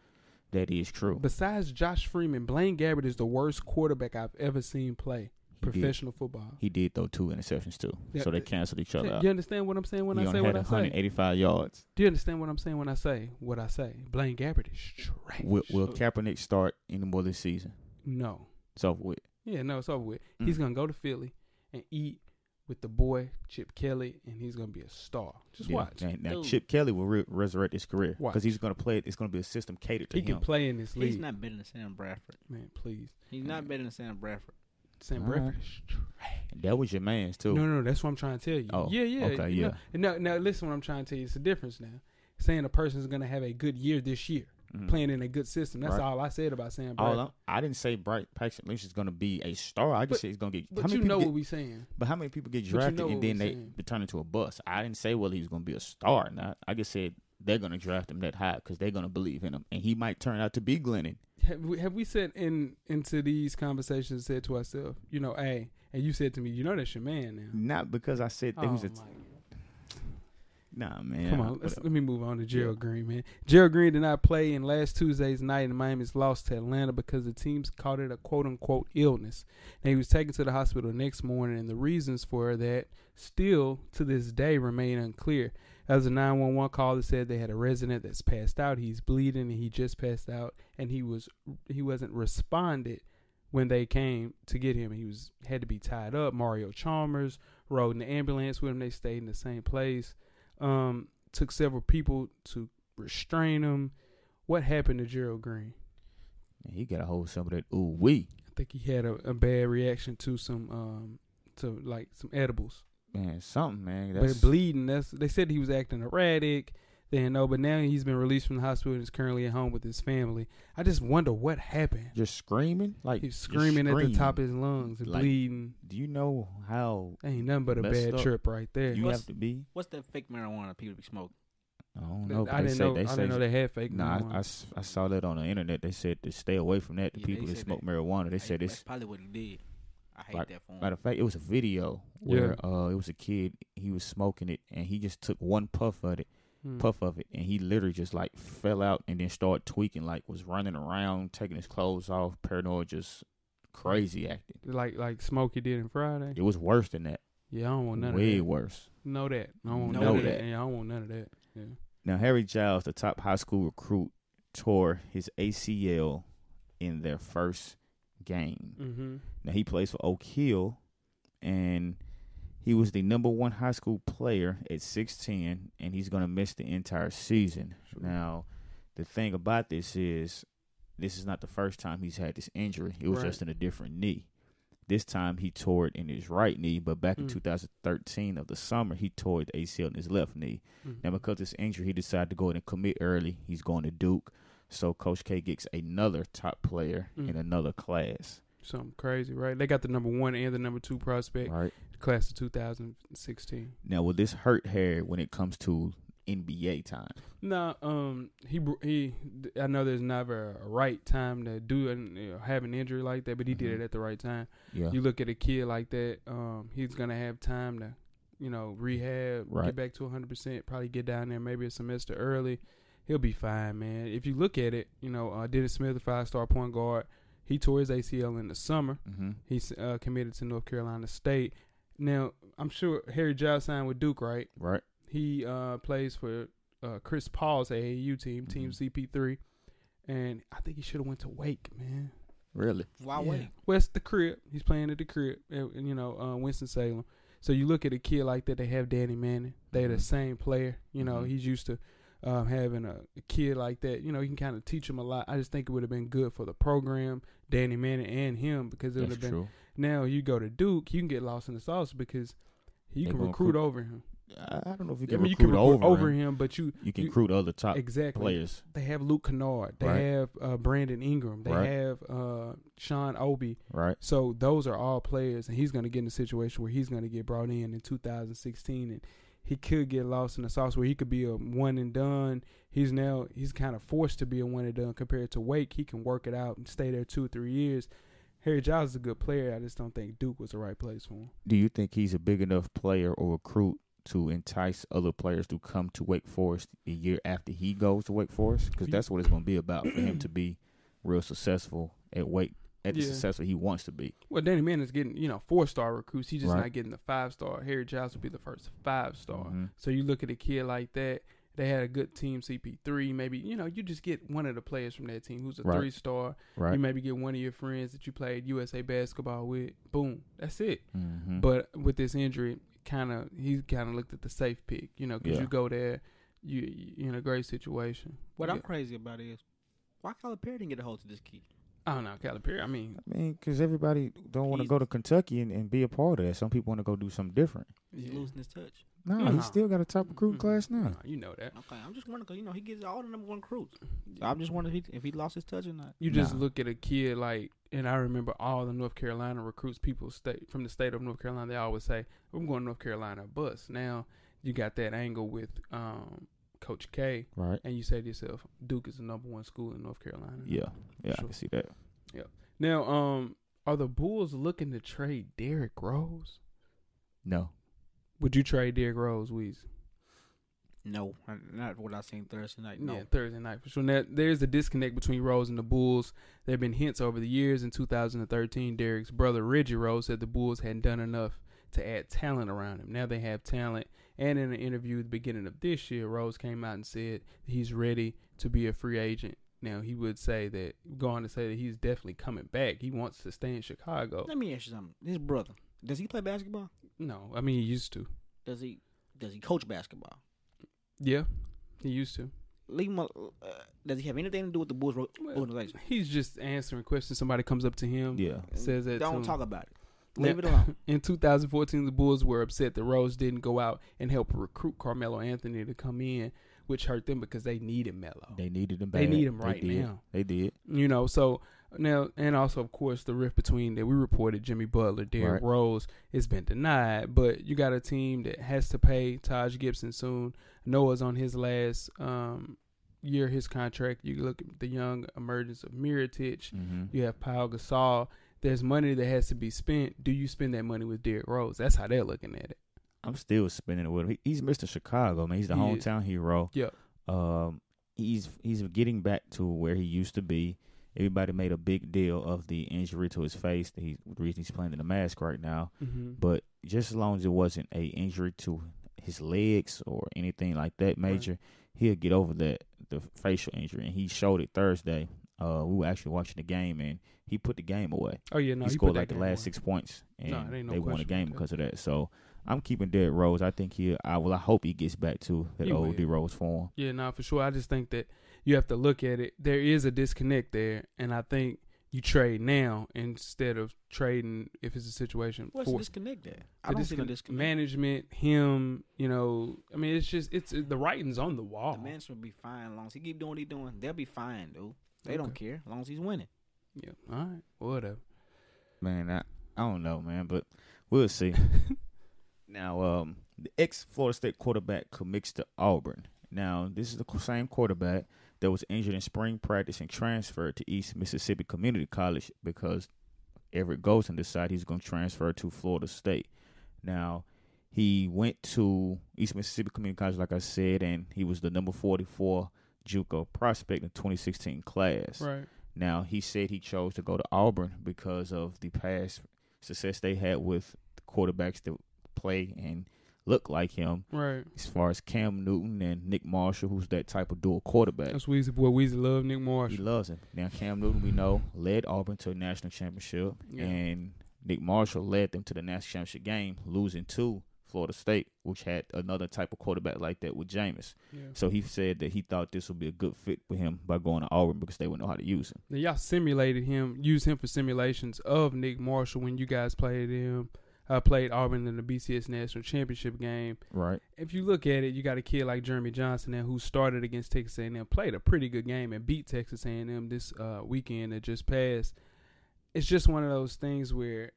E: that is true.
C: besides Josh Freeman, Blaine Gabbert is the worst quarterback I've ever seen play
E: He did.
C: professional football.
E: he did throw two interceptions too,
C: Yeah,
E: so they
C: th-
E: canceled each other out.
C: You understand what I'm saying when
E: he
C: I
E: only
C: say
E: had
C: what I say?
E: 185 yards.
C: Do you understand what I'm saying when I say what I say? Blaine Gabbert is trash.
E: Will, will Kaepernick start any more this season?
C: no.
E: So with
C: Yeah, no, it's over with. He's
E: Mm.
C: gonna go to Philly and eat with the boy Chip Kelly, and he's gonna be a star. Just
E: yeah.
C: watch.
E: Now, now
D: Dude.
E: Chip Kelly will re- resurrect his career
C: Watch.
E: because he's going to play. It's going to be a system catered to
C: He
E: him.
C: can play in this league,
D: He's not better than Sam Bradford.
C: man. Please,
D: He's not better than Sam Bradford.
C: Sam
E: All right.
C: Bradford is trash.
E: That was your man's too.
C: No, no, no, that's what I'm trying to tell you.
E: Oh,
C: yeah, yeah,
E: okay,
C: you
E: yeah.
C: Know, now, now, listen, what I'm trying to tell you It's the difference now. Saying a person's gonna have a good year this year,
E: Mhm.
C: playing in a good system. That's
E: Right.
C: all I said about Sam
E: All
C: Bradford.
E: I'm, I didn't say Bright Paxton Lynch is going to be a star. I just
C: But-
E: said he's going to get. how
C: but you
E: many
C: know
E: people
C: what
E: get,
C: we saying.
E: But how many people get
C: you
E: drafted
C: know
E: and
C: what
E: then
C: we
E: they,
C: saying.
E: they turn into a bust? I didn't say whether he was going to be a star or not. I just said they're gonna draft him that high because they're gonna believe in him, and he might turn out to be Glennon.
C: Have we, have we said in into these conversations said to ourselves, you know, hey, and you said to me, you know, that's your man now.
E: Not because I said that he
C: Oh,
E: was a
C: my
E: nah man.
C: Come on, let's, let me move on to Gerald Green, man. Gerald Green did not play in last Tuesday's night in Miami's loss to Atlanta because the teams called it a quote unquote illness. And he was taken to the hospital next morning, and the reasons for that still to this day remain unclear. As a 911 call that said they had a resident that's passed out, he's bleeding, and he just passed out, and he was he wasn't responded when they came to get him. He was had to be tied up. Mario Chalmers rode in the ambulance with him. They stayed in the same place. Um, took several people to restrain him. What happened to Gerald Green?
E: Man, he got a hold of some of that ooh wee.
C: I think he had a, a bad reaction to some um to like some edibles.
E: Man, something, man.
C: But
E: That's
C: bleeding, that's they said he was acting erratic. They didn't know, but now he's been released from the hospital and is currently at home with his family. I just wonder what happened.
E: just screaming. Like
C: He's
E: just
C: screaming at the top of
E: screaming.
C: his lungs and
E: Like-
C: bleeding.
E: Do you know how
C: Ain't nothing but a
E: messed
C: bad
E: up
C: trip right there.
E: you
D: What's-
E: have to be?
D: What's that fake marijuana people be smoking?
E: I don't know. but
C: I
E: they
C: didn't
E: say,
C: know. I
E: They say
C: didn't know they had fake.
E: Nah, I-
C: marijuana.
E: I, s- I saw that on the internet. They said to stay away from that. The
D: Yeah, they
E: people that
D: said
E: smoke
D: that.
E: marijuana, they
D: Hey,
E: said
D: that's
E: it's.
D: probably what he did. I hate
E: Like-
D: that for him.
E: Matter of fact, it was a video where uh, it was a kid. He was smoking it, and he just took one puff of it,
C: Hmm.
E: puff of it, and he literally just like fell out and then started tweaking, like was running around, taking his clothes off, paranoid, just crazy acting.
C: like like Smokey did in Friday.
E: It was worse than that.
C: Yeah, I don't want none
E: Way
C: of that.
E: worse.
C: Know that. I don't want
D: Know
C: none of
E: that.
C: that. Yeah, I don't want none of that. Yeah.
E: Now, Harry Giles, the top high school recruit, tore his ACL in their first game.
C: Mm-hmm.
E: Now he plays for Oak Hill, and he was the number one high school player at six ten, and he's gonna miss the entire season. Now, the thing about this is, this is not the first time he's had this injury. It was
C: Right.
E: just in a different knee. This time he tore it in his right knee, but back in
C: Mm.
E: 2013 of the summer he tore the ACL in his left knee.
C: Mhm.
E: Now because this injury, he decided to go in and commit early. He's going to Duke, so Coach K gets another top player in
C: Mm.
E: another class.
C: Something crazy, right? They got the number one and the number two prospect
E: Right.
C: class of 2016.
E: Now, will this hurt Harry when it comes to NBA time?
C: No, um, he br- he. I know there's never a right time to do an, you know, have an injury like that, but he
E: Mhm.
C: did it at the right time.
E: Yeah.
C: You look at a kid like that, um, he's gonna have time to, you know, rehab,
E: Right.
C: get back to 100, percent probably get down there maybe a semester early. He'll be fine, man. If you look at it, you know, uh, Dennis Smith, the five-star point guard, he tore his ACL in the summer.
E: mm-hmm.
C: He's uh, committed to North Carolina State. Now, I'm sure Harry Giles signed with Duke, right?
E: Right.
C: He uh, plays for uh, Chris Paul's AAU team, Team
E: Mm-hmm.
C: CP3, and I think he should have went to Wake, man.
E: Really?
D: Why
C: Yeah.
D: wait?
C: Well, it's the crib. He's playing at the crib, and, and, you know, uh, Winston Salem. So you look at a kid like that. They have Danny Manning. They're
E: Mhm.
C: the same player. You know,
E: Mhm.
C: he's used to um, having a, a kid like that. You know, you can kind of teach him a lot. I just think it would have been good for the program, Danny Manning and him, because it would
E: That's
C: have been
E: true.
C: now you go to Duke, you can get lost in the sauce because you
E: They
C: can
E: gonna
C: recruit
E: recruit-
C: over him.
E: I I don't know if you
C: I
E: can
C: mean, you
E: recruit
C: can recruit
E: over,
C: over,
E: him.
C: him. but you
E: You can
C: you-
E: recruit other top
C: exactly
E: players.
C: They have Luke Kennard. They
E: Right.
C: have uh, Brandon Ingram. They
E: Right.
C: have uh, Sean Obi.
E: Right.
C: So those are all players, and he's going to get in a situation where he's going to get brought in in 2016, and he could get lost in the sauce where he could be a one and done. He's now he's kind of forced to be a one and done compared to Wake. He can work it out and stay there two or three years. Harry Giles is a good player. I just don't think Duke was the right place for him.
E: Do you think he's a big enough player or recruit to entice other players to come to Wake Forest the year after he goes to Wake Forest? Because that's what it's going to be about for him to be real successful at Wake, at the
C: Yeah.
E: successful he wants to be.
C: Well, Danny Manning's getting you know four star recruits. He's just
E: Right.
C: not getting the five star. Harry Giles would be the first five star.
E: Mhm.
C: So you look at a kid like that. They had a good team, CP3. Maybe you know you just get one of the players from that team who's a
E: Right.
C: three star.
E: Right.
C: You maybe get one of your friends that you played USA basketball with. Boom, that's it.
E: Mhm.
C: But with this injury, kind of he kind of looked at the safe pick. You know, because
E: Yeah.
C: you go there, you you in a great situation.
D: What
C: yeah.
D: I'm crazy about is why Calipari didn't get a hold to this kid.
C: I don't know, Calipari. I mean,
E: I mean, because everybody don't want to
D: He's-
E: go to Kentucky and, and be a part of that. Some people want to go do something different.
D: He's
C: yeah.
D: losing his touch.
E: No,
C: Mm.
E: he still got a top recruit
C: Mm.
E: class now.
C: Nah, you know that.
D: Okay, I'm just wondering 'cause, you know he gets all the number one recruits. So I'm just wondering if he, if he lost his touch or not.
C: You just
E: Nah.
C: look at a kid like, and I remember all the North Carolina recruits, people state from the state of North Carolina. They always say, "I'm going to North Carolina bus." Now you got that angle with um, Coach K,
E: Right.
C: and you say to yourself, Duke is the number one school in North Carolina.
E: Yeah. Yeah, I
C: Sure.
E: can see that.
C: Now, um, are the Bulls looking to trade Derrick Rose?
E: No.
C: Would you trade Derrick Rose, Weezy?
D: No, I- not what I seen Thursday night. No,
C: Yeah, Thursday night for sure. Now, there's a disconnect between Rose and the Bulls. There have been hints over the years. In 2013, Derek's brother Reggie Rose said the Bulls hadn't done enough to add talent around him. Now they have talent. And in an interview at the beginning of this year, Rose came out and said he's ready to be a free agent. Now he would say that, go on to say that he's definitely coming back. He wants to stay in Chicago.
D: let me ask you something. His brother, does he play basketball?
C: No, I mean he used to.
D: Does he? Does he coach basketball?
C: Yeah, he used to.
D: Leave him. al- Uh, does he have anything to do with the Bulls ro-
C: Well,
D: organization?
C: He's just answering questions. Somebody comes up to him,
E: Yeah.
C: says that. to
D: Don't
C: him.
D: talk about it.
C: Now,
D: Leave it
C: <laughs>
D: alone.
C: In 2014, the Bulls were upset that Rose didn't go out and help recruit Carmelo Anthony to come in, which hurt them because they needed Melo.
E: They needed him bad.
C: They need him right
E: did.
C: now.
E: They did.
C: You know, so now and also of course the rift between that we reported Jimmy Butler, Derrick
E: Right.
C: Rose has been denied, but you got a team that has to pay Taj Gibson soon. Noah's on his last um, year his contract. You look at the young emergence of Miritich.
E: Mm-hmm.
C: You have Paul Gasol. There's money that has to be spent. Do you spend that money with Derrick Rose? That's how they're looking at it.
E: I'm still spinning it with him. He, he's Mr. Chicago, man. He's the
C: He is.
E: hometown hero.
C: Yeah.
E: Um, he's he's getting back to where he used to be. Everybody made a big deal of the injury to his face. that He the reason he's playing in the mask right now.
C: Mm-hmm.
E: But just as long as it wasn't a injury to his legs or anything like that major, he'll get over that the facial injury. And he showed it Thursday. Uh, we were actually watching the game, and he put the game away
C: Oh yeah, no,
E: he
C: put
E: scored
C: that
E: like the
C: game
E: last
C: away.
E: six points, and
C: No, there ain't no
E: they won the
C: question
E: game
C: about
E: because of that. So I'm keeping Derrick Rose. I think he, I well, I hope he gets back to that
C: He will.
E: old D Rose form.
C: Yeah, no, for sure. I just think that you have to look at it. There is a disconnect there, and I think you trade now instead of trading if it's a situation
D: What's
C: for
D: disconnect there?
C: the
D: I don't see no
C: discon-
D: disconnect.
C: management. Him, you know, I mean, it's just it's the writing's on the wall.
D: The management be fine as long as he keep doing what he doing. They'll be fine, dude. They don't care as long as he's winning.
C: yeah, all right, whatever.
E: Man, I, I don't know, man, but we'll see. now, um, the ex Florida State quarterback commits to Auburn. Now, this is the qu- same quarterback that was injured in spring practice and transferred to East Mississippi Community College because Everett Golson decided he's going to transfer to Florida State. Now, he went to East Mississippi Community College, like I said, and he was the number 44 JUCO prospect in 2016 class.
C: Right.
E: Now he said he chose to go to Auburn because of the past success they had with quarterbacks that play and look like him,
C: Right.
E: as far as Cam Newton and Nick Marshall, who's that type of dual quarterback.
C: That's Weezy boy. Weezy love Nick
E: He
C: Marshall.
E: loves him. Now Cam Newton, we know, led Auburn to a national championship,
C: Yeah.
E: and Nick Marshall led them to the national championship game, losing to Florida State, which had another type of quarterback like that with Jameis.
C: Yeah.
E: So he said that he thought this would be a good fit for him by going to Auburn because they would know how to use him.
C: Now, y'all simulated him, used him for simulations of Nick Marshall when you guys played him. Uh, played Auburn in the BCS National Championship game.
E: Right.
C: If you look at it, you got a kid like Jeremy Johnson there who started against Texas A&M, played a pretty good game and beat Texas A&M this uh, weekend that just passed. It's just one of those things where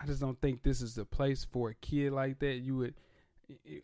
C: I just don't think this is the place for a kid like that. You would,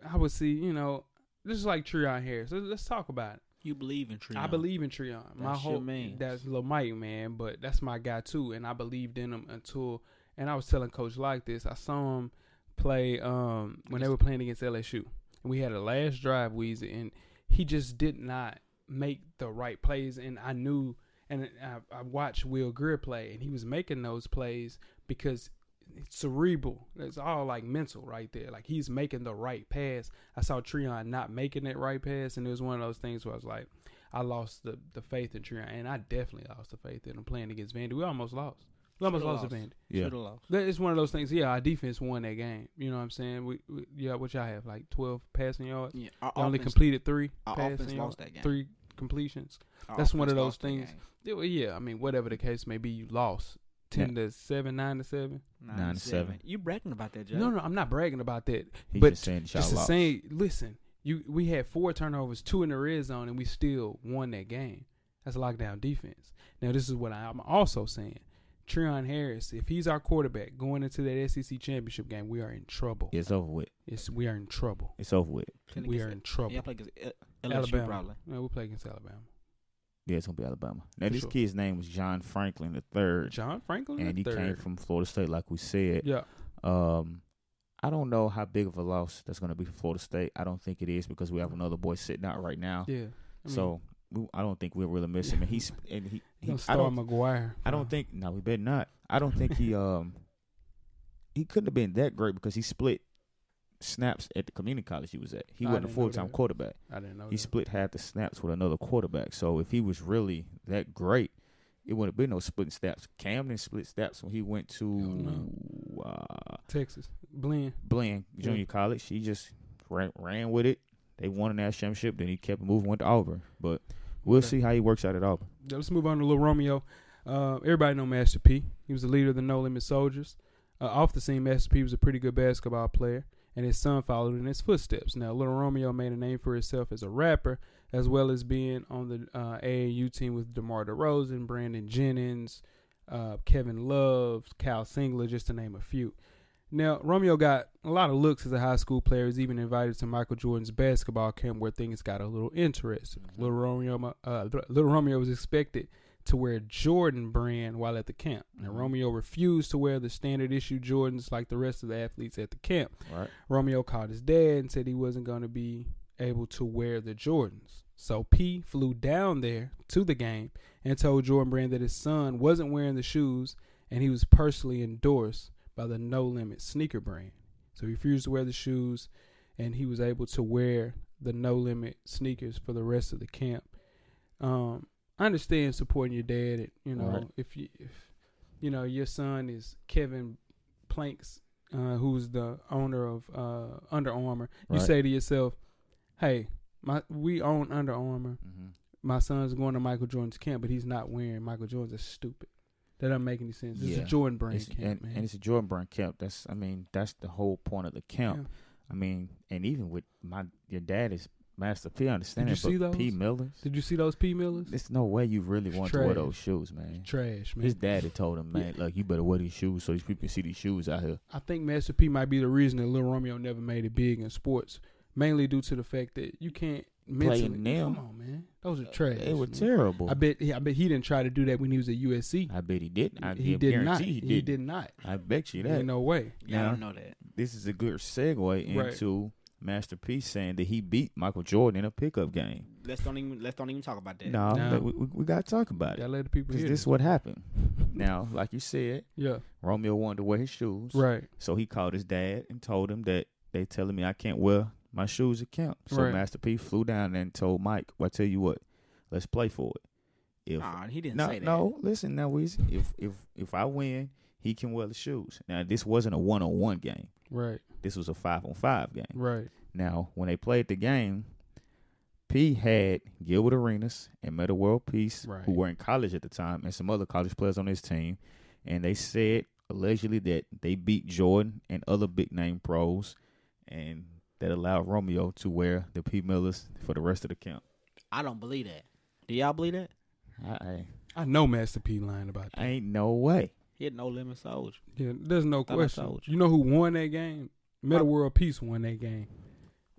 C: I would see, you know, this is like Treon Harris. Let's, let's talk about it.
D: You believe in Trey.
C: I believe in Treon. my
D: That's your
C: whole
D: mans.
C: that's Lil Mike, man, but that's my guy too, and I believed in him until. And I was telling Coach like this. I saw him play um, when they were playing against LSU, and we had a last drive, Weezy, and he just did not make the right plays. And I knew, and I, I watched Will Greer play, and he was making those plays because it's cerebral. It's all like mental right there. Like he's making the right pass. I saw Treon not making that right pass, and it was one of those things where I was like, I lost the, the faith in Treon, and I definitely lost the faith in him playing against Vandy. We almost lost. We almost lost, to Vandy.
E: Yeah.
D: Should've lost.
C: That- It's one of those things. Yeah, our defense won that game. You know what I'm saying? We, we yeah, what y'all have like 12 passing yards.
D: Yeah, our
C: They only
D: offense-
C: completed three.
D: our
C: passing
D: offense
C: yards,
D: lost that game.
C: Three completions.
D: our
C: that's one of
D: offense
C: those
D: lost that
C: things.
D: game.
C: Yeah, well, yeah, I mean, whatever the case may be, you lost 10 to 7, 9 to 7.
D: Nine,
E: Nine to
D: to seven.
E: seven.
D: You bragging about that, Jay?
C: No, no, I'm not bragging about that.
E: He's
C: but
E: just saying that y'all
C: just to
E: lost.
C: say, listen, you we had four turnovers, two in the red zone, and we still won that game. That's lockdown defense. Now, this is what I'm also saying. Treon Harris, if he's our quarterback going into that SEC championship game, we are in trouble.
E: It's over with.
C: It's we are in trouble.
E: It's over with.
D: Playing
C: we
D: against
C: are in
D: Al-
C: trouble.
D: Yeah, I play against Al- LSU
C: Alabama.
D: probably.
C: No, we play against Alabama.
E: Yeah, it's gonna be Alabama. Now
C: For
E: this
C: sure.
E: kid's name was John Franklin the third,
C: John Franklin
E: and
C: the
E: he came
C: third.
E: from Florida State, like we said.
C: yeah,
E: Um, I don't know how big of a loss that's gonna be for Florida State. I don't think it is because we have another boy sitting out right now.
C: yeah. I mean,
E: so we, I don't think we'll really miss him. And
C: <laughs>
E: he's and he,
C: you
E: he
C: know,
E: I
C: Star
E: don't
C: McGuire.
E: I don't think no, we bet not. I don't think he um he couldn't have been that great because he split snaps at the community college he was at. He
C: I
E: wasn't a
C: didn't know
E: full time
C: that.
E: quarterback.
C: I didn't know.
E: He
C: that.
E: split half the snaps with another quarterback. So if he was really that great, it wouldn't have been no splitting snaps. Camden split snaps when he went to
C: no.
E: uh
C: Texas Blend.
E: Blinn Junior
C: Yeah.
E: College. He just ran ran with it. They won a national championship, then he kept moving, went to Auburn. But we'll
C: Okay.
E: see how he works out at Auburn.
C: Yeah, let's move on to Little Romeo. Uh, everybody know Master P. He was the leader of the No Limit Soldiers. Uh, off the scene, Master P was a pretty good basketball player, and his son followed in his footsteps. Now, Little Romeo made a name for himself as a rapper, as well as being on the uh, AAU team with DeMar DeRozan, Brandon Jennings, uh, Kevin Love, Cal Singler, just to name a few. Now, Romeo got a lot of looks as a high school player. He's even invited to Michael Jordan's basketball camp where things got a little interesting. Little Romeo, uh, little Romeo was expected to wear Jordan brand while at the camp. Now, Romeo refused to wear the standard issue Jordans like the rest of the athletes at the camp.
E: Right.
C: Romeo called his dad and said he wasn't going to be able to wear the Jordans. So P flew down there to the game and told Jordan Brand that his son wasn't wearing the shoes and he was personally endorsed by the No Limit sneaker brand. So he refused to wear the shoes and he was able to wear the No Limit sneakers for the rest of the camp. Um, I understand supporting your dad. At, you know,
E: Right.
C: if you if you know your son is Kevin Planks, uh, who's the owner of uh, Under Armour, you
E: Right.
C: say to yourself, "Hey, my we own Under Armour.
E: Mm-hmm.
C: My son's going to Michael Jordan's camp, but he's not wearing Michael Jordan's. That's stupid. That doesn't make any sense. This is
E: Yeah.
C: a Jordan brand
E: It's-
C: camp,
E: and,
C: man.
E: and it's a Jordan Brand camp. That's I mean that's the whole point of the camp.
C: Yeah.
E: I mean, and even with my your dad is Master P. I understand
C: Did
E: it,
C: you see
E: but P
C: those?
E: Millers.
C: Did you see those P Millers?
E: There's no way you really
C: It's
E: want to wear
C: trash.
E: those shoes, man.
C: Trash, man.
E: His dad had told him, man, look, you better wear these shoes so these people can see these shoes out here.
C: I think Master P might be the reason that Lil Romeo never made it big in sports, mainly due to the fact that you can't mentally.
E: Playing them. Uh,
C: Come on, man, those are trash.
E: They were
C: man.
E: terrible.
C: I bet. Yeah, I bet he didn't try to do that when he was at USC.
E: I bet he didn't. I
C: he
E: can
C: did
E: guarantee
C: not.
E: He didn't.
C: He did not.
E: I bet you that.
C: Ain't no way.
D: Yeah, I
E: Now-
D: don't know that.
E: this is a good segue
C: Right.
E: into Master P saying that he beat Michael Jordan in a pickup game.
D: Let's don't even let's don't even talk about that.
E: No,
C: Nah.
E: but we, we, we got to talk about
C: Gotta
E: it.
C: let the people
E: Because
C: hear
E: this is
C: it.
E: what happened. Now, like you said,
C: Yeah,
E: Romeo wanted to wear his shoes.
C: right.
E: So he called his dad and told him that they telling me I can't wear my shoes at camp. So
C: Right.
E: Master P flew down and told Mike, well, I tell you what, let's play for it. If
D: Nah, he didn't
E: no,
D: say that.
E: no, listen now, Weezy. If if if I win, he can wear the shoes. Now this wasn't a one on one game.
C: Right,
E: This was a five on five game.
C: right,
E: Now, when they played the game, P had Gilbert Arenas and Metal World Peace,
C: Right.
E: who were in college at the time, and some other college players on his team, and they said allegedly that they beat Jordan and other big name pros, and that allowed Romeo to wear the P Millers for the rest of the camp.
D: I don't believe that. Do y'all believe that?
E: I, I,
C: I know Master P lying about that.
E: I ain't no way.
D: He had no limit soldier.
C: Yeah, there's no
D: Thought I
C: question.
D: told
C: You.
D: you.
C: know who won that game? Metal World Peace won that game.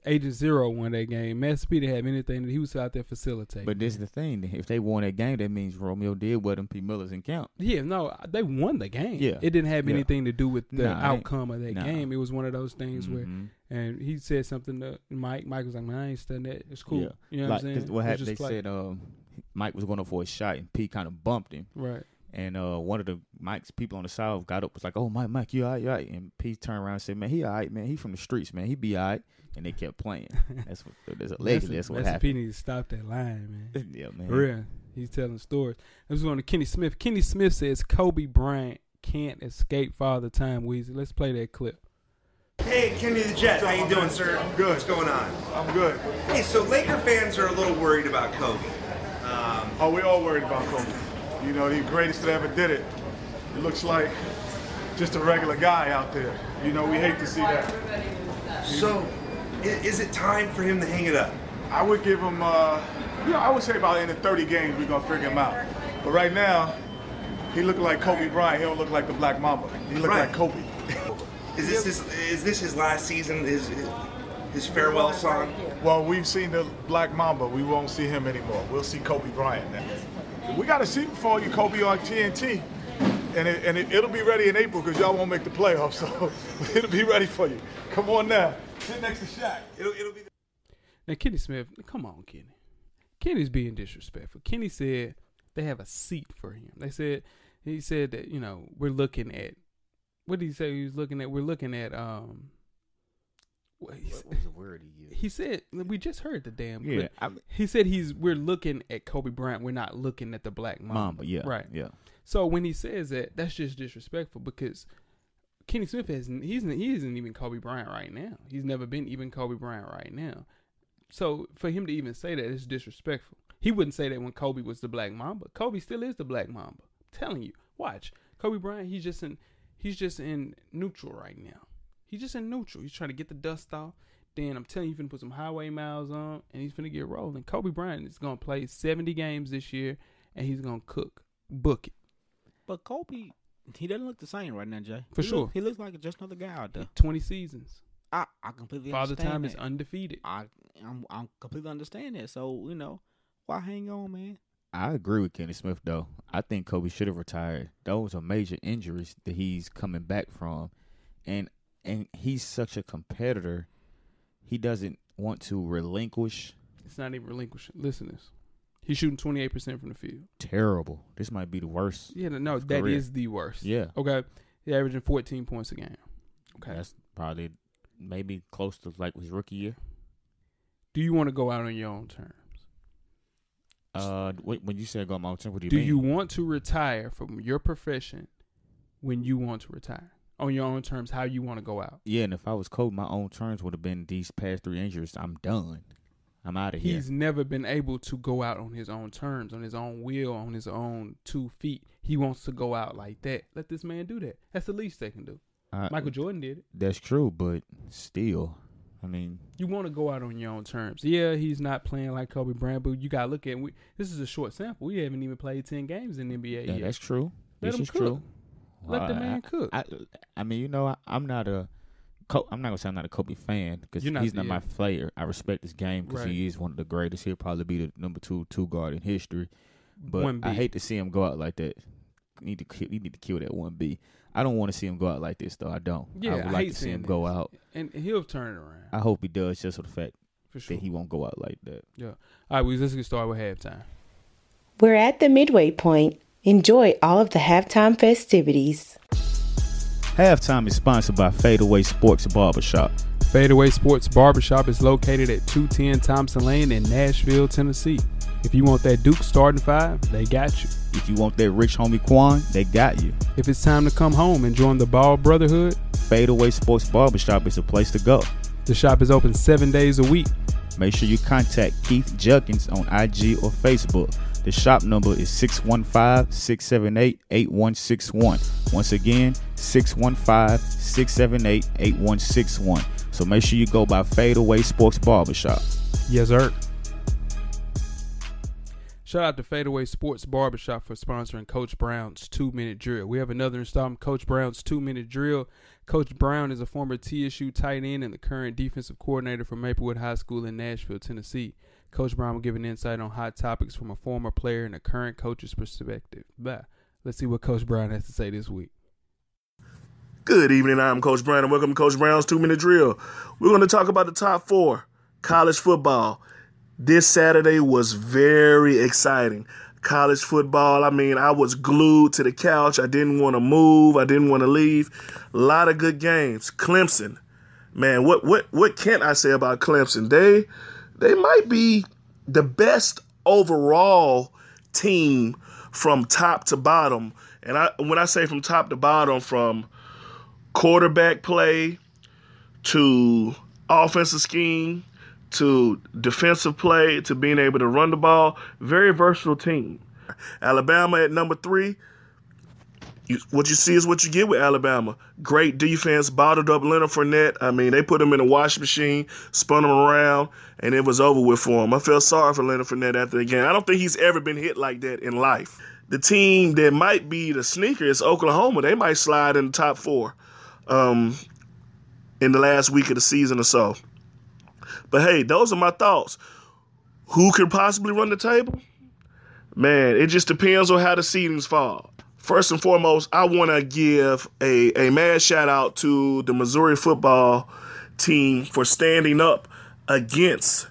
C: Agent Zero won that game. Master P didn't have anything that he was out there facilitating.
E: But this is the thing: if they won that game, that means Romeo did wear them P Millers in camp.
C: Yeah, no, they won the game.
E: Yeah.
C: it didn't have
E: Yeah.
C: anything to do with the
E: Nah, I ain't-
C: outcome of that
E: nah.
C: game. It was one of those things where,
E: Mhm.
C: and he said something to Mike. Mike was like, "Man, I ain't studying that. It's cool."
E: Yeah.
C: You know
E: like,
C: what I'm
E: 'cause
C: saying?
E: what
C: It's
E: happened? They
C: just like-
E: said um, Mike was going up for a shot, and P kind of bumped him.
C: right,
E: And uh, one of the Mike's people on the side got up was like, "Oh, Mike, Mike, you all right, you all right?" And P turned around and said, "Man, he all right, man. He from the streets, man. He be all right." And they kept playing. That's what. That's allegedly. That's,
C: Master-
E: what
C: Master P
E: happened.
C: needs to stop that lying, man.
E: <laughs> yeah, man.
C: For real, he's telling stories. Let's go on to Kenny Smith. Kenny Smith says Kobe Bryant can't escape father time. Weezy, let's play that clip.
G: Hey, Kenny the Jet, how you doing, sir? Good. What's going on? I'm good. Hey, so Laker fans are a little worried about Kobe. Um,
H: Oh, we all worried about Kobe. You know, the greatest that ever did it. It looks like just a regular guy out there. You know, we hate to see that.
G: so, i- is it time for him to hang it up?
H: I would give him, uh, you know, I would say about in the 30 games we're gonna figure him out. But right now, He looked like Kobe Bryant. He don't look like the Black Mamba. He looked
G: Right.
H: like Kobe.
G: Is this his, is this his last season? His his farewell song?
H: Well, we've seen the Black Mamba. We won't see him anymore. We'll see Kobe Bryant now. We got to see before you Kobe on TNT, and it, and it, it'll be ready in April because y'all won't make the playoffs. <laughs> So it'll be ready for you. Come on now, sit next to Shaq.
G: It'll, it'll be.
C: Now, Kenny Smith, come on, Kenny. Kenny's being disrespectful. Kenny said they have a seat for him. They said he said that you know we're looking at what did he say he was looking at? We're looking at um. What he,
I: What
C: said,
I: was the word he
C: <laughs>
I: used?
C: he said we just heard the damn
E: Yeah,
C: clip.
E: I'm-
C: he said he's we're looking at Kobe Bryant. We're not looking at the black mama.
E: Mamba, yeah,
C: right.
E: yeah.
C: So when he says that, that's just disrespectful because Kenny Smith has he's he isn't even Kobe Bryant right now. He's never been even Kobe Bryant right now. So for him to even say that is disrespectful. He wouldn't say that when Kobe was the Black Mamba. Kobe still is the Black Mamba. I'm telling you, watch Kobe Bryant. He's just in he's just in neutral right now. He's just in neutral. He's trying to get the dust off. Then I'm telling you, he's finna put some highway miles on, and he's finna get rolling. Kobe Bryant is gonna play 70 games this year, and he's gonna cook, book it.
D: But Kobe, he doesn't look the same right now, Jay.
C: For
D: He
C: sure.
D: look- he looks like just another guy out there.
C: 20 seasons.
D: I, I completely
C: Father
D: understand
C: Time
D: that.
C: is undefeated.
D: I I'm I'm completely understand that. So you know, why hang on, man?
E: I agree with Kenny Smith though. I think Kobe should have retired. Those are major injuries that he's coming back from, and and he's such a competitor. He doesn't want to relinquish.
C: It's not even relinquishing. Listen to this. He's shooting 28% from the field.
E: Terrible. This might be the worst.
C: Yeah, no, that is
E: career.
C: the worst.
E: Yeah.
C: Okay. He's averaging 14 points a game. Okay.
E: That's probably maybe close to like his rookie year.
C: Do you want to go out on your own terms?
E: Uh, wait, when you said go my what do you
C: Do
E: mean?
C: you want to retire from your profession when you want to retire? On your own terms, how you want to go out?
E: yeah, and if I was Kobe, my own terms would have been these past three injuries. I'm done. I'm out of here.
C: He's never been able to go out on his own terms, on his own will, on his own two feet. He wants to go out like that. Let this man do that. That's the least they can do.
E: I-
C: Michael Jordan did it.
E: That's true, but still, I mean,
C: you want to go out on your own terms. Yeah, he's not playing like Kobe Bryant, but you gotta look at we, this is a short sample. We haven't even played ten games in the NBA
E: that-
C: yet.
E: that's true.
C: Let
E: this
C: him
E: is
C: cook.
E: true.
C: Let the
E: Well, I-
C: man
E: I-
C: cook.
E: I, I mean, you know, I, I'm not a. Co- I'm not gonna say I'm not a Kobe fan because
C: You're not-
E: he's not
C: yeah.
E: my player. I respect his game because
C: Right.
E: he is one of the greatest. He'll probably be the number two two guard in history. But
C: One
E: I
C: B.
E: hate to see him go out like that. Need to kill, you need to kill that one B. I don't want to see him go out like this though. I don't.
C: yeah,
E: I would like
C: hate
E: to see him
C: seeing
E: go
C: this.
E: out.
C: and he'll turn it around
E: I hope he does just for the fact
C: for sure.
E: that he won't go out like that.
C: yeah. All right, we let's get started with halftime.
F: We're at the midway point. Enjoy all of the halftime festivities.
E: Halftime is sponsored by Fadeaway Sports Barbershop.
C: Fadeaway Sports Barbershop is located at 210 Thompson Lane in Nashville, Tennessee. If you want that Duke starting five, they got you.
E: If you want that rich homie Quan, they got you.
C: If it's time to come home and join the Ball Brotherhood,
E: Fadeaway Sports Barbershop is the place to go.
C: the shop is open seven days a week.
E: Make sure you contact Keith Judkins on IG or Facebook. The shop number is 615 678 8161. Once again, 615 678 8161. So make sure you go by Fadeaway Sports Barbershop.
C: Yes, sir. Shout out to Fadeaway Sports Barbershop for sponsoring Coach Brown's two minute drill. We have another installment, Coach Brown's two minute drill. Coach Brown is a former TSU tight end and the current defensive coordinator for Maplewood High School in Nashville, Tennessee. Coach Brown will give an insight on hot topics from a former player and a current coach's perspective. But let's see what Coach Brown has to say this week.
J: Good evening. I'm Coach Brown, and welcome to Coach Brown's Two Minute Drill. We're going to talk about the top four college football. This Saturday was very exciting. College football, I mean, I was glued to the couch. I didn't want to move, I didn't want to leave. A lot of good games. Clemson. Man, what what what can't I say about Clemson? They they might be the best overall team from top to bottom. And I when I say from top to bottom from quarterback play to offensive scheme to defensive play to being able to run the ball. Very versatile team. Alabama at number three. You, what you see is what you get with Alabama. Great defense, bottled up Leonard Fournette. I mean, they put him in a wash machine, spun him around, and it was over with for him. I felt sorry for Leonard Fournette after the game. I don't think he's ever been hit like that in life. the team that might be the sneaker is Oklahoma. They might slide in the top four um, in the last week of the season or so. But hey, those are my thoughts. Who could possibly run the table? Man, it just depends on how the seedings fall. First and foremost, I want to give a, a mad shout out to the Missouri football team for standing up against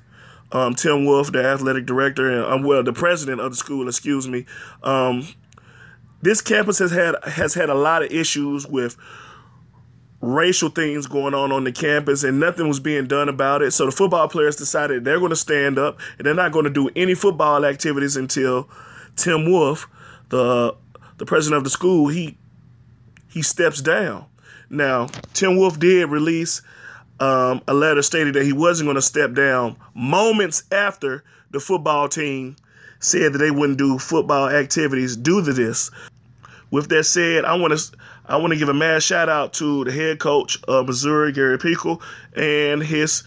J: um, Tim Wolf, the athletic director, and um, well, the president of the school. Excuse me. Um, this campus has had has had a lot of issues with racial things going on on the campus, and nothing was being done about it. So the football players decided they're going to stand up, and they're not going to do any football activities until Tim Wolf, the the president of the school, he he steps down. Now, Tim Wolf did release um, a letter stated that he wasn't going to step down moments after the football team said that they wouldn't do football activities due to this. With that said, I want to I want to give a mad shout out to the head coach of Missouri, Gary Pickle, and his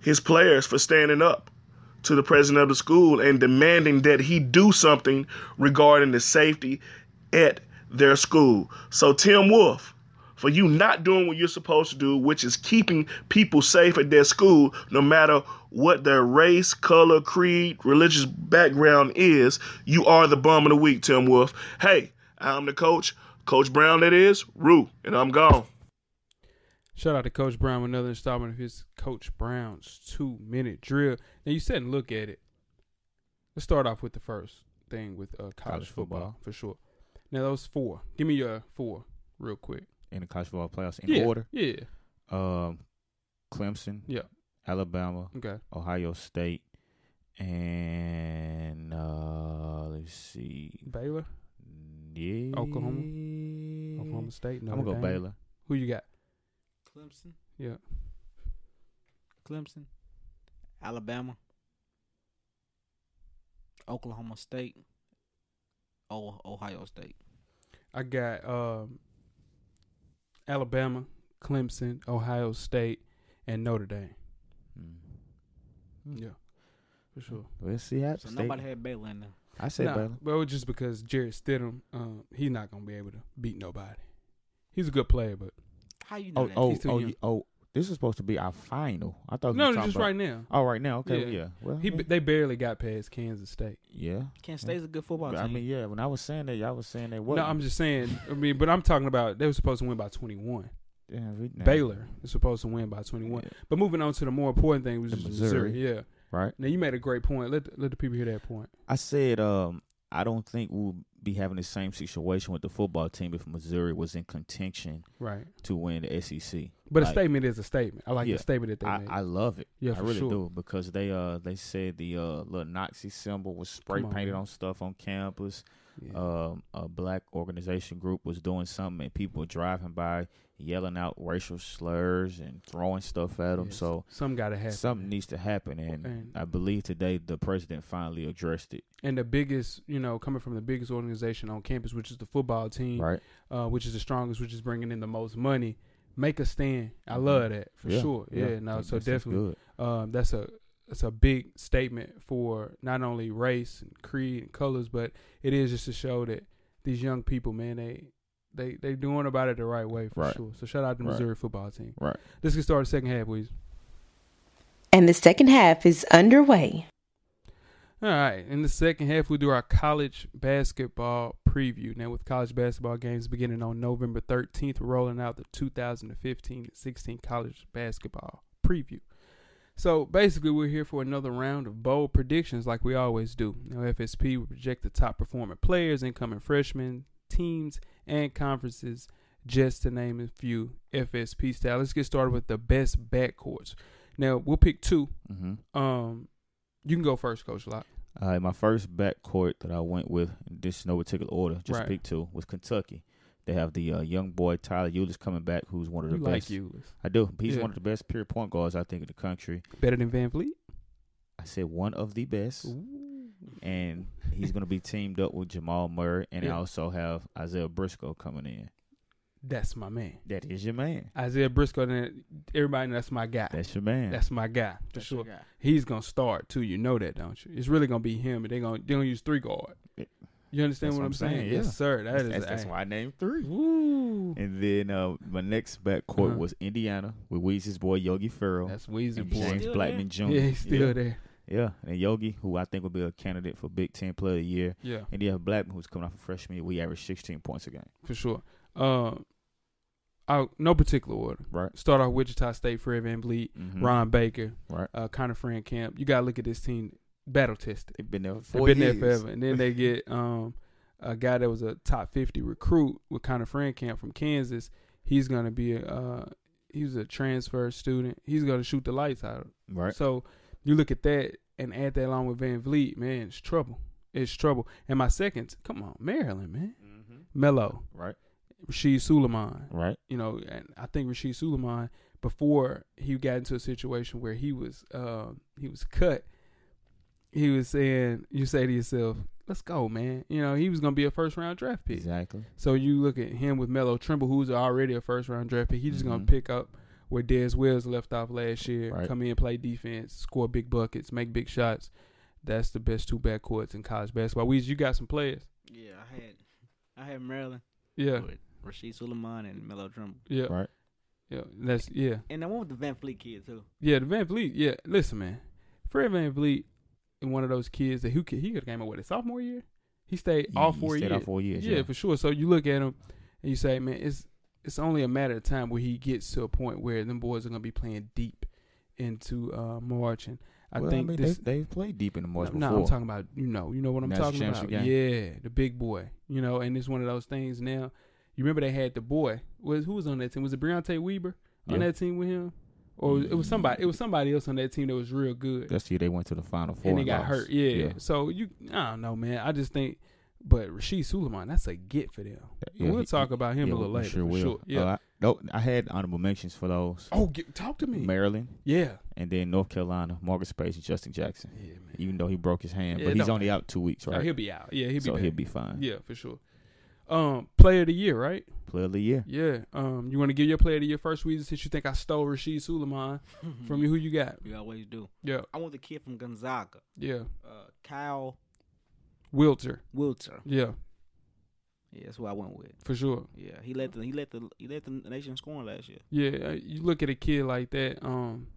J: his players for standing up to the president of the school and demanding that he do something regarding the safety at their school. So Tim Wolf, for you not doing what you're supposed to do, which is keeping people safe at their school, no matter what their race, color, creed, religious background is, you are the bum of the week, Tim Wolf. Hey, I'm the coach, Coach Brown, that is, Rue, and I'm gone.
C: Shout out to Coach Brown with another installment of his Coach Brown's two minute drill. Now you sit and look at it. Let's start off with the first thing with uh, college,
E: College
C: football,
E: football.
C: for sure. Now those four. Give me your four real quick.
E: in the college football playoffs in
C: yeah.
E: order.
C: Yeah.
E: Um, Clemson,
C: Yeah.
E: Alabama,
C: Okay.
E: Ohio State, and uh, let's see,
C: Baylor,
E: yeah,
C: Oklahoma? Oklahoma State.
E: I'm
C: Notre
E: gonna go
C: Dame.
E: Baylor.
C: Who you got?
D: Clemson,
C: Yeah.
D: Clemson, Alabama, Oklahoma State, oh, Ohio State.
C: I got um, Alabama, Clemson, Ohio State, and Notre Dame.
E: Mm.
C: Yeah, for sure.
E: Let's see. I,
D: So
E: State-
D: nobody had Baylor in there.
E: I said
C: Nah,
E: Baylor.
C: Well, just because Jared Stidham, um, he's not gonna be able to beat nobody. He's a good player, but
D: How you know
E: Oh,
D: that?
E: oh,
C: He's too
E: oh,
C: young.
E: you- oh, This is supposed to be our final. I thought.
C: no,
E: you
C: no,
E: were talking
C: just
E: about,
C: right now.
E: Oh, right now. Okay.
C: Yeah.
E: Yeah. Well, I
C: He
E: mean,
C: they barely got past Kansas State.
E: yeah.
D: Kent State's a good football
E: But,
D: team.
E: I mean, yeah. When I was saying that, y'all was saying that. What?
C: No, I'm just saying. I mean, but I'm talking about they were supposed to win by 21.
E: yeah, we- nah.
C: Baylor is supposed to win by 21.
E: Yeah.
C: But moving on to the more important thing, which
E: The
C: is Missouri.
E: Missouri.
C: Yeah.
E: Right.
C: Now you made a great point. Let the, let the people hear that point.
E: I said um I don't think we'll be having the same situation with the football team if Missouri was in contention
C: Right.
E: to win the SEC.
C: But a
E: Like,
C: statement is a statement. I like
E: Yeah.
C: the statement that they
E: I,
C: made.
E: I love it.
C: Yeah,
E: I
C: for
E: really
C: sure.
E: do because they uh they said the uh little Nazi symbol was spray
C: Come on,
E: painted
C: man.
E: on stuff on campus.
C: Yeah.
E: Um, a black organization group was doing something and people were driving by yelling out racial slurs and throwing stuff at them.
C: Yes.
E: So
C: some got to happen.
E: something needs to happen, and
C: And-
E: I believe today the president finally addressed it.
C: and the biggest, you know, coming from the biggest organization on campus, which is the football team,
E: Right.
C: uh, which is the strongest, which is bringing in the most money. Make a stand. I love that for
E: Mm-hmm. Yeah,
C: sure. Yeah, no,
E: That's-
C: so
E: that's
C: definitely,
E: good.
C: um, that's a that's a big statement for not only race and creed and colors, but it is just to show that these young people, man, they they they doing about it the right way for
E: Right.
C: sure. So shout out to the
E: Right.
C: Missouri football team.
E: Right.
C: Let's get started. Second half, please.
F: And the second half is underway.
C: All right. In the second half, we do our college basketball preview. Now, with college basketball games beginning on November 13th, we're rolling out the 2015 16 college basketball preview. So basically, we're here for another round of bold predictions, like we always do. Now, FSP will project the top performing players, incoming freshmen, teams, and conferences, just to name a few FSP style. Let's get started with the best backcourts. Now, we'll pick two.
E: Mm-hmm.
C: Um, you can go first, Coach Locke.
E: Uh, my first backcourt that I went with, this is no particular order, just
C: Right.
E: pick two, was Kentucky. They have the uh, young boy Tyler Eulis coming back, who's one of the
C: You
E: best.
C: like Eulis.
E: I do. He's
C: Yeah.
E: one of the best pure point guards I think in the country.
C: Better than Van Fleet?
E: I said one of the best, and he's going to be teamed up with Jamal Murray, and I
C: Yeah.
E: also have Isaiah Briscoe coming in.
C: <laughs> That's my man.
E: That is your man.
C: Isaiah Briscoe, and everybody, that's my guy.
E: That's your man.
C: That's my guy, for
D: That's
C: sure.
D: your guy.
C: He's going to start, too. You know that, don't you? It's really going to be him, and they're going to they gonna use three guard. You understand
E: That's
C: what, I'm saying?
E: yeah.
C: Yes, sir. That is
E: that's, that's
C: a-
E: why I named three.
C: Woo.
E: And then uh, my next backcourt
C: Uh-huh.
E: was Indiana with Weezy's boy Yogi Ferrell
C: That's Weezy
E: and
C: boy.
E: James
D: Still
E: Blackman Jr.
C: yeah, he's still
E: yeah.
C: there.
E: Yeah, and Yogi, who I think will be a candidate for Big Ten Player of the Year,
C: Yeah,
E: and you have Blackman, who's coming off a freshman year. We averaged 16 points a game.
C: for sure. Um, I, no particular order.
E: Right.
C: Start off Wichita State, Fred Van Bleed,
E: Mhm.
C: Ron Baker,
E: Right.
C: uh, Connor Fran Camp. You gotta look at this team battle tested.
E: They've been there for
C: They've
E: four
C: been
E: years.
C: there forever. And then they get um, a guy that was a top 50 recruit with Connor Frankamp from Kansas. He's going to be a, uh, he's a transfer student. He's going to shoot the lights out.
E: <laughs> Right.
C: So you look at that and add that along with Van Vliet, man, it's trouble. It's trouble. And my second, come on, Maryland, man. Mello,
E: Right.
C: Rashid Suleiman,
E: Right.
C: you know, and I think Rasheed Suleiman before he got into a situation where he was uh, he was cut, he was saying, "You say to yourself, let's go, man." You know, he was gonna be a first round draft pick.
E: Exactly.
C: So you look at him with Melo Trimble, who's already a first round draft pick. He's just gonna
E: Mhm.
C: pick up where Dez Wells left off last year.
E: Right.
C: Come in, play defense, score big buckets, make big shots. That's the best two backcourts in college basketball. Weez, you got some players.
D: Yeah, I had I had Maryland
C: Yeah,
D: with Rasheed Suleiman and Melo Trimble.
C: yeah,
E: Right.
C: yeah. That's yeah.
D: And I went with the Van Fleet kid too.
C: Yeah, the Van Vliet. Yeah, listen, man, Fred Van Vliet, is one of those kids that who could, he could have came out with his sophomore year. He stayed all
E: He
C: four
E: stayed
C: years.
E: all four years, yeah.
C: for sure. So you look at him and you say, man, it's it's only a matter of time where he gets to a point where them boys are gonna be playing deep into uh, March, and I
E: Well,
C: think
E: mean,
C: this.
E: they've, they've played deep in the March
C: no,
E: before.
C: I'm talking about you know you know what I'm
E: National
C: talking about.
E: championship
C: Yeah, the big boy, you know, and it's one of those things now. You remember they had the boy was who was on that team was it Breonte Weber on
E: Yeah.
C: that team with him, or was- it was somebody it was somebody else on that team that was real good
E: That's the year they went to the Final Four
C: and they got
E: lost.
C: hurt. Yeah. so you I don't know, man. I just think, but Rasheed Suleiman, that's a get for them.
E: Yeah,
C: we'll
E: he-
C: talk about him
E: yeah,
C: a little
E: we
C: later.
E: Sure
C: for
E: will.
C: sure. Yeah.
E: Uh, I, no, I had honorable mentions for those.
C: oh, get, talk to me.
E: Maryland,
C: yeah.
E: and then North Carolina, Marcus Paige and Justin Jackson.
C: Yeah, man.
E: Even though he broke his hand,
C: Yeah,
E: but he's
C: no.
E: only out two weeks,
C: No,
E: right?
C: he'll be out. Yeah, he'll be.
E: so
C: back.
E: he'll be fine.
C: Yeah, for sure. Um, player of the year, right?
E: Player of the year.
C: Yeah. Um, you want to give your player to your first reason since you think I stole Rasheed Suleiman from you? Who you got?
D: We always do.
C: Yeah,
D: I want the kid from Gonzaga,
C: yeah.
D: uh, Kyle
C: Wilter.
D: Wilter.
C: Yeah,
D: Yeah, that's who I went with.
C: for sure.
D: Yeah, he led the he led the he led the nation in scoring last year.
C: Yeah, uh, you look at a kid like that. Um,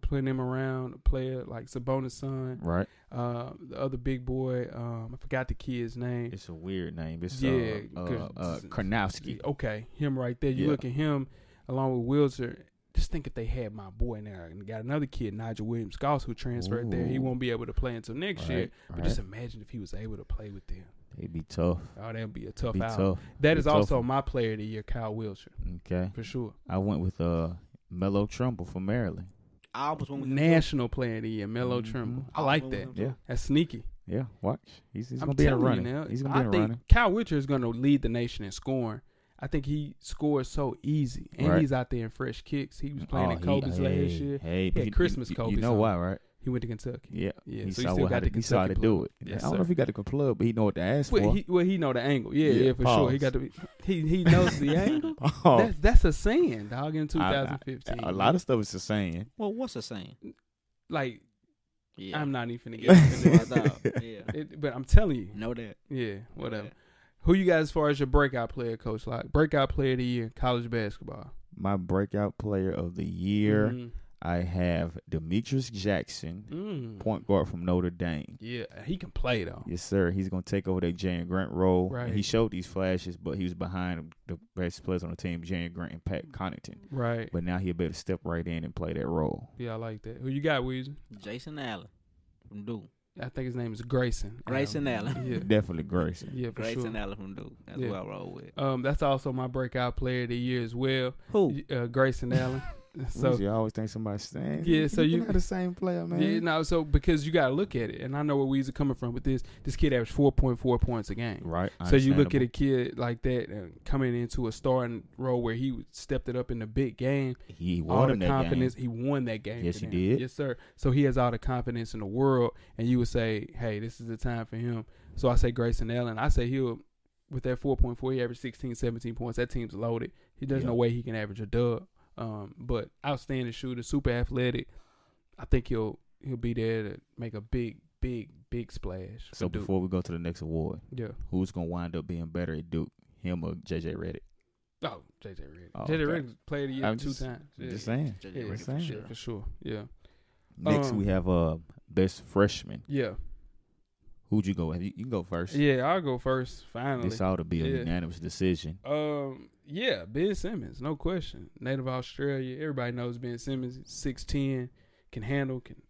C: putting him around a player like Sabonis' son,
E: Right.
C: uh, the other big boy. Um, I forgot the kid's name.
E: It's a weird name. It's
C: Yeah,
E: uh, uh,
C: 'cause-
E: uh, Karnowski.
C: Okay, him right there. You
E: Yeah.
C: look at him along with Wilzer. Just think if they had my boy in there and got another kid, Nigel Williams Goss, who transferred there, he
E: Ooh.
C: won't be able to play until next year.
E: Right,
C: But
E: right.
C: just imagine if he was able to play with them.
E: It'd be tough.
C: Oh, that'd be a tough
E: Be
C: out.
E: tough.
C: That
E: Be
C: is
E: tough.
C: also my player of the year, Kyle Wilshire,
E: Okay.
C: for sure.
E: I went with uh Melo Trumbull from Maryland.
D: I almost went with him, too.
C: National player of the year, Melo
E: Mhm.
C: Trimble.
D: I
C: I like
D: went with
C: that.
D: him, too.
E: Yeah.
C: That's sneaky.
E: Yeah. Watch. He's, he's
C: I'm
E: gonna be a
C: telling you
E: running.
C: now,
E: He's gonna be
C: I
E: a
C: think
E: running.
C: Kyle Wilcher is going to lead the nation in scoring. I think he scores so easy, and
E: Right.
C: he's out there in fresh kicks. He was playing
E: Oh,
C: at
E: he-
C: Kobe's
E: hey,
C: last year.
E: Hey,
C: he
E: but
C: had Christmas
E: you,
C: Kobe's.
E: You know
C: on.
E: why, right?
C: He went to Kentucky.
E: Yeah.
C: Yeah,
E: He
C: so he
E: saw
C: still
E: what-
C: got the
E: he saw how to
C: Kentucky
E: do
C: plug.
E: it.
C: Yes,
E: I don't know
C: sir.
E: if he got the plug, but he know what to ask
C: Well,
E: for.
C: he, well, he know the angle. Yeah, yeah,
E: Yeah,
C: for sure. He got
E: pause.
C: to. He he knows
E: <laughs>
C: the angle.
E: <laughs> Oh,
C: That's that's a saying, dog. In
E: I- I-
C: 2015,
E: a lot of stuff is the same.
D: <laughs> Well, what's the saying?
C: like
D: Yeah,
C: I'm not
D: <laughs>
C: even
E: <laughs>
C: gonna
D: Yeah,
C: get
D: that's
C: into
D: what I thought. yeah,
C: it. it, but I'm telling you,
D: <laughs> know that.
C: yeah, whatever.
D: Yeah.
C: Who you got as far as your breakout player, Coach? Like breakout player of the year, in college basketball.
E: My breakout player of the year,
D: Mm-hmm.
C: Mhm.
E: I have Demetrius Jackson,
C: Mm.
E: point guard from Notre Dame.
C: Yeah, he can play though.
E: Yes, sir. He's gonna take over that Jan Grant role. And
C: Right.
E: He showed these flashes, but he was behind the best players on the team, Jan Grant and Pat Connaughton.
C: Right.
E: But now he'll be able to step right in and play that role.
C: Yeah, I like that. Who you got, Weezy?
D: Jason Allen from Duke.
C: I think his name is Grayson.
D: Grayson Allen.
C: Yeah.
E: Definitely Grayson.
C: Yeah, for
D: Grayson
C: sure.
D: Allen from Duke. That's
C: Yeah.
D: who I roll with.
C: Um, that's also my breakout player of the year as well.
D: Who?
C: Y- Uh,
E: <laughs>
C: Grayson Allen.
E: So
C: so
E: you always think somebody's saying,
C: Yeah, so you-
E: not the same player, man.
C: yeah, no, so because you gotta look at it, and I know where Weezy coming from with this. This kid averaged four point four points a game.
E: Right.
C: So you look at a
E: understandable.
C: kid like that and coming into a starting role where he stepped it up in the big game.
E: He
C: all
E: won
C: the
E: in that confidence.
C: confidence. He won that game.
E: Yes,
C: for
E: he
C: them.
E: did.
C: Yes, sir. So he has all the confidence in the world, and you would say, "Hey, this is the time for him." So I say Grayson Allen. I say he'll with that 4.4, he averaged 16, 17 points. That team's loaded. He there's no
E: Yeah.
C: way he can average a dub. Um, but outstanding shooter, super athletic. I think he'll he'll be there to make a big, big, big splash. for
E: So
C: Duke.
E: before we go to the next award,
C: yeah,
E: who's gonna wind up being better at Duke, him or JJ Reddick?
C: oh JJ Redick.
E: Oh,
C: JJ
E: okay.
C: Redick played a year
E: I'm
C: two
E: just-
C: times. Yeah.
E: Just saying.
C: Yeah,
E: Just
C: for
E: saying.
C: sure, for sure. Yeah,
E: Next
C: Um,
E: we have uh best freshman.
C: yeah,
E: Who'd you go with? You you can go first.
C: yeah. I'll go first. Finally,
E: This ought to be a
C: Yeah.
E: unanimous decision.
C: Um, yeah, Ben Simmons, no question. Native Australia, everybody knows Ben Simmons. Six ten, can handle, can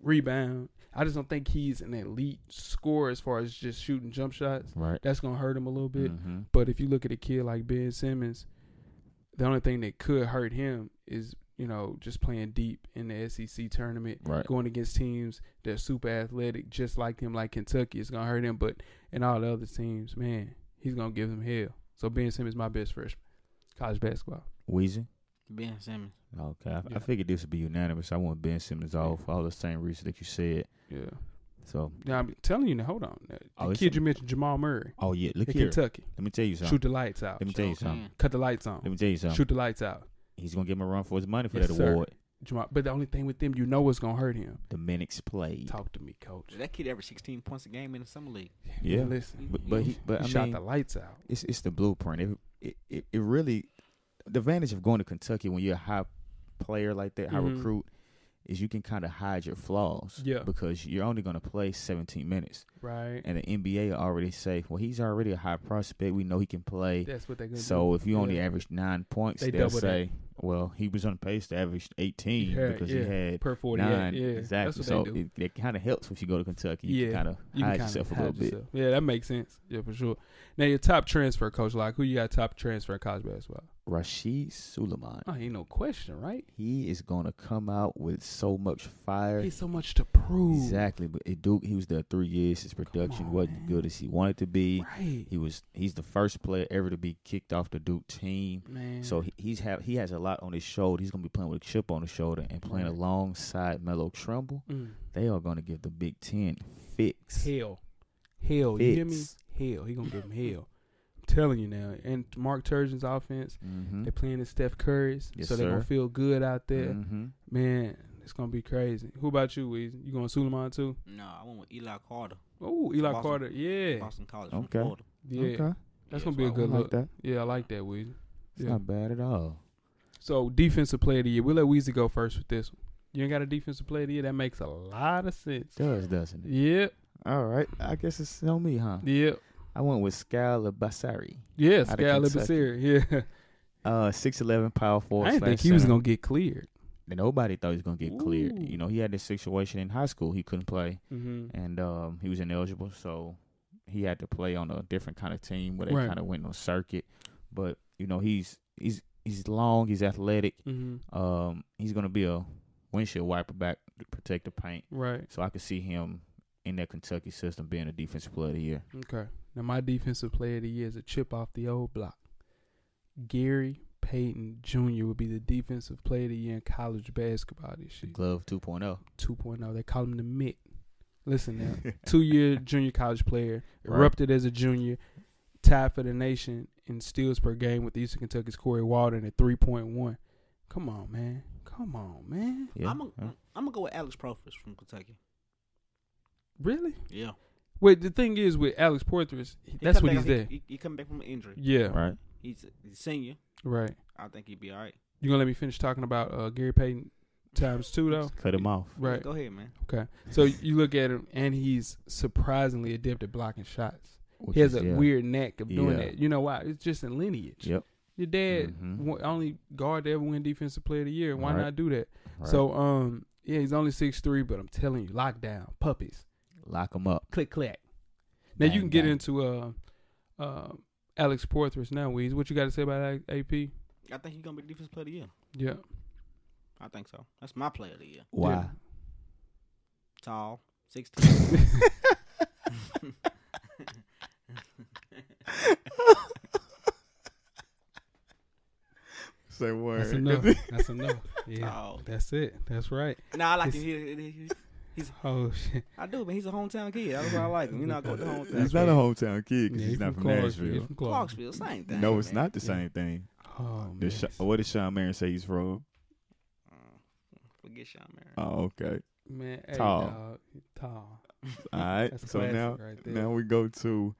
C: rebound. I just don't think he's an elite scorer as far as just shooting jump shots.
E: Right.
C: That's gonna hurt him a little bit.
E: Mhm.
C: But if you look at a kid like Ben Simmons, the only thing that could hurt him is you know just playing deep in the SEC tournament,
E: Right.
C: going against teams that are super athletic, just like him, like Kentucky. It's gonna hurt him, but and all the other teams, man, he's gonna give them hell. So Ben Simmons, my best freshman, college basketball.
E: Weezy.
D: Ben Simmons.
E: Okay. I, I
C: Yeah.
E: figured this would be unanimous. I want Ben Simmons off for all the same reason that you said.
C: Yeah,
E: So
C: now I'm telling you, now hold on, the
E: Oh, it's
C: kid
E: some-
C: you mentioned, Jamal Murray,
E: Oh yeah, look
C: in
E: here.
C: Kentucky,
E: Let me tell you something.
C: shoot the lights out,
E: Let me tell you
D: Joe
E: something.
D: Can.
C: cut the lights on,
E: Let me tell you something.
C: shoot the lights out,
E: He's gonna give him a run for his money for
C: Yes,
E: that
C: sir.
E: award.
C: Jamal. But the only thing with them, you know, what's gonna hurt him.
E: The minutes played.
C: Talk to me, coach.
D: Did that kid average 16 points a game in the summer league?
E: Yeah.
C: listen,
E: But but he, but
C: he
E: I
C: shot
E: mean,
C: the lights out.
E: it's it's the blueprint. It, it it it really the advantage of going to Kentucky when you're a high player like that, high
C: Mhm.
E: recruit, is you can kind of hide your flaws.
C: Yeah.
E: Because you're only gonna play 17 minutes,
C: Right.
E: and the NBA already say, well, he's already a high prospect. We know he can play.
C: That's what they're gonna
E: So
C: do.
E: if you only
C: Yeah.
E: average nine points,
C: They
E: they will
C: double that.
E: say, well, he was on pace to average 18
C: Yeah,
E: because
C: yeah.
E: he had
C: per forty
E: nine.
C: eight, yeah,
E: exactly.
C: That's what
E: so
C: they do.
E: it, it kind of helps if you go to Kentucky. You
C: Yeah.
E: can kind of
C: You can
E: hide
C: kinda
E: yourself a
C: hide
E: little bit.
C: yourself. Yeah, that makes sense. Yeah, for sure. Now your top transfer, coach, like who you got top transfer in college basketball?
E: Rashid Suleiman.
C: Oh, ain't no question, right?
E: He is going to come out with so much fire.
C: He's so much to prove.
E: Exactly, but at Duke, he was there three years. His production
C: on,
E: wasn't
C: man.
E: good as he wanted to be.
C: Right.
E: He was he's the first player ever to be kicked off the Duke team.
C: Man.
E: So he, he's have he has a lot on his shoulder. He's gonna be playing with a chip on his shoulder and playing
C: Right.
E: alongside Melo Trumbull.
C: Mm.
E: They are gonna give the Big Ten fix.
C: Hell. Hell. You hear me?
E: Fits.
C: Hell. He gonna give him hell. I'm telling you now. And Mark Turgeon's offense,
E: Mm-hmm.
C: they're playing in Steph Curry's.
E: Yes,
C: so they're gonna
E: sir.
C: feel good out there.
E: hmm
C: Man, it's gonna be crazy. Who about you, Weezy? You going Suleiman too?
D: No, I went with Eli Carter,
C: Oh, Eli
D: Boston.
C: Carter. Yeah.
D: Boston College
E: Okay.
D: from Florida.
C: Yeah. That's
D: Yeah,
C: gonna
D: that's
C: be
D: why
C: a
D: I
C: good
E: like
C: look.
E: that.
C: Yeah, I like that, Weezy.
E: It's
C: Yeah.
E: not bad at all.
C: So defensive player of the year. We'll let Weezy go first with this one. You ain't got a defensive player of the year? That makes a lot of sense.
E: Does doesn't it?
C: Yep.
E: All right. I guess it's on me, huh?
C: Yep.
E: I went with Skylar Basari.
C: Yeah,
E: Outta
C: Sky
E: Kentucky.
C: Libasiri. <laughs> Yeah.
E: Uh, six eleven power forward.
C: I didn't
E: slash
C: think he was
E: center.
C: gonna get cleared.
E: Nobody thought he was gonna get cleared.
C: Ooh.
E: You know, he had this situation in high school. He couldn't play,
C: Mm-hmm.
E: and um, he was ineligible, so he had to play on a different kind of team where they
C: Right.
E: kind of went on circuit. But you know, he's he's he's long. He's athletic.
C: Mm-hmm.
E: Um, he's gonna be a windshield wiper back to protect the paint.
C: Right.
E: So I could see him in that Kentucky system being a defensive player of the year.
C: Okay. Now my defensive player of the year is a chip off the old block. Gary Payton Jr. would be the defensive player of the year in college basketball this year.
E: Glove oh. 2.0.
C: 2.0. oh. They call him the Mitt. Listen now, two <laughs> year junior college player, erupted as a junior, tied for the nation in steals per game with Eastern Kentucky's Corey Walden at 3.1. Come on, man. Come on, man.
E: <laughs> Yeah.
D: I'm going
E: yeah.
D: to go with Alex Profus from Kentucky.
C: Really?
D: Yeah.
C: Wait, the thing is with Alex Porteous, he- that's
D: come
C: what
D: back-
C: he's there.
D: He, he, he coming back from an injury.
C: yeah, right.
E: Right.
D: He's, he's senior. I think he'd be all right.
C: You gonna let me finish talking about uh, Gary Payton times two though?
E: Cut him off.
C: Right.
D: Go ahead, man.
C: Okay. So you look at him, and he's surprisingly adept at blocking shots.
E: which
C: he has
E: is-
C: a
E: yeah.
C: weird knack of doing
E: Yeah.
C: that. You know why? It's just in lineage.
E: Yep.
C: Your dad
E: Mhm.
C: wa- only guard to ever win defensive player of the year. Why
E: Right.
C: not do that?
E: Right.
C: So um yeah, he's only six three, but I'm telling you, lockdown, puppies.
E: lock him up.
C: Click clack. Now you
E: Bang,
C: can get
E: bang.
C: into uh uh Alex Porthos now, Weez. What you gotta say about A- AP?
D: I think he's going to be the defensive player of the year.
C: Yeah.
D: I think so. That's my player of the year.
E: Why?
C: Yeah.
D: Tall, 16.
E: Say word. <laughs>
C: That's enough. That's enough. Yeah.
D: Tall.
C: That's it. That's right.
D: Nah, I like
C: It's-
D: him. He- he- he-
C: Oh shit.
D: I do, man. He's a hometown kid. That's why I like him. You know, I go to hometown.
E: He's not a hometown kid because
C: Yeah,
E: he's not from
C: Clarksville.
E: Nashville.
C: He's from Clarksville.
D: Clarksville, same thing.
E: No, it's
D: man.
E: not the same thing.
C: Oh
E: The
C: man.
E: Sha- what did Sean Marion say he's from?
D: Uh, Forget Sean Marion.
C: <laughs>
E: Oh, okay.
C: man hey,
E: Tall.
C: dog. Tall.
E: <laughs> All right.
C: That's a
E: So
C: classic
E: now,
C: right there.
E: now we go to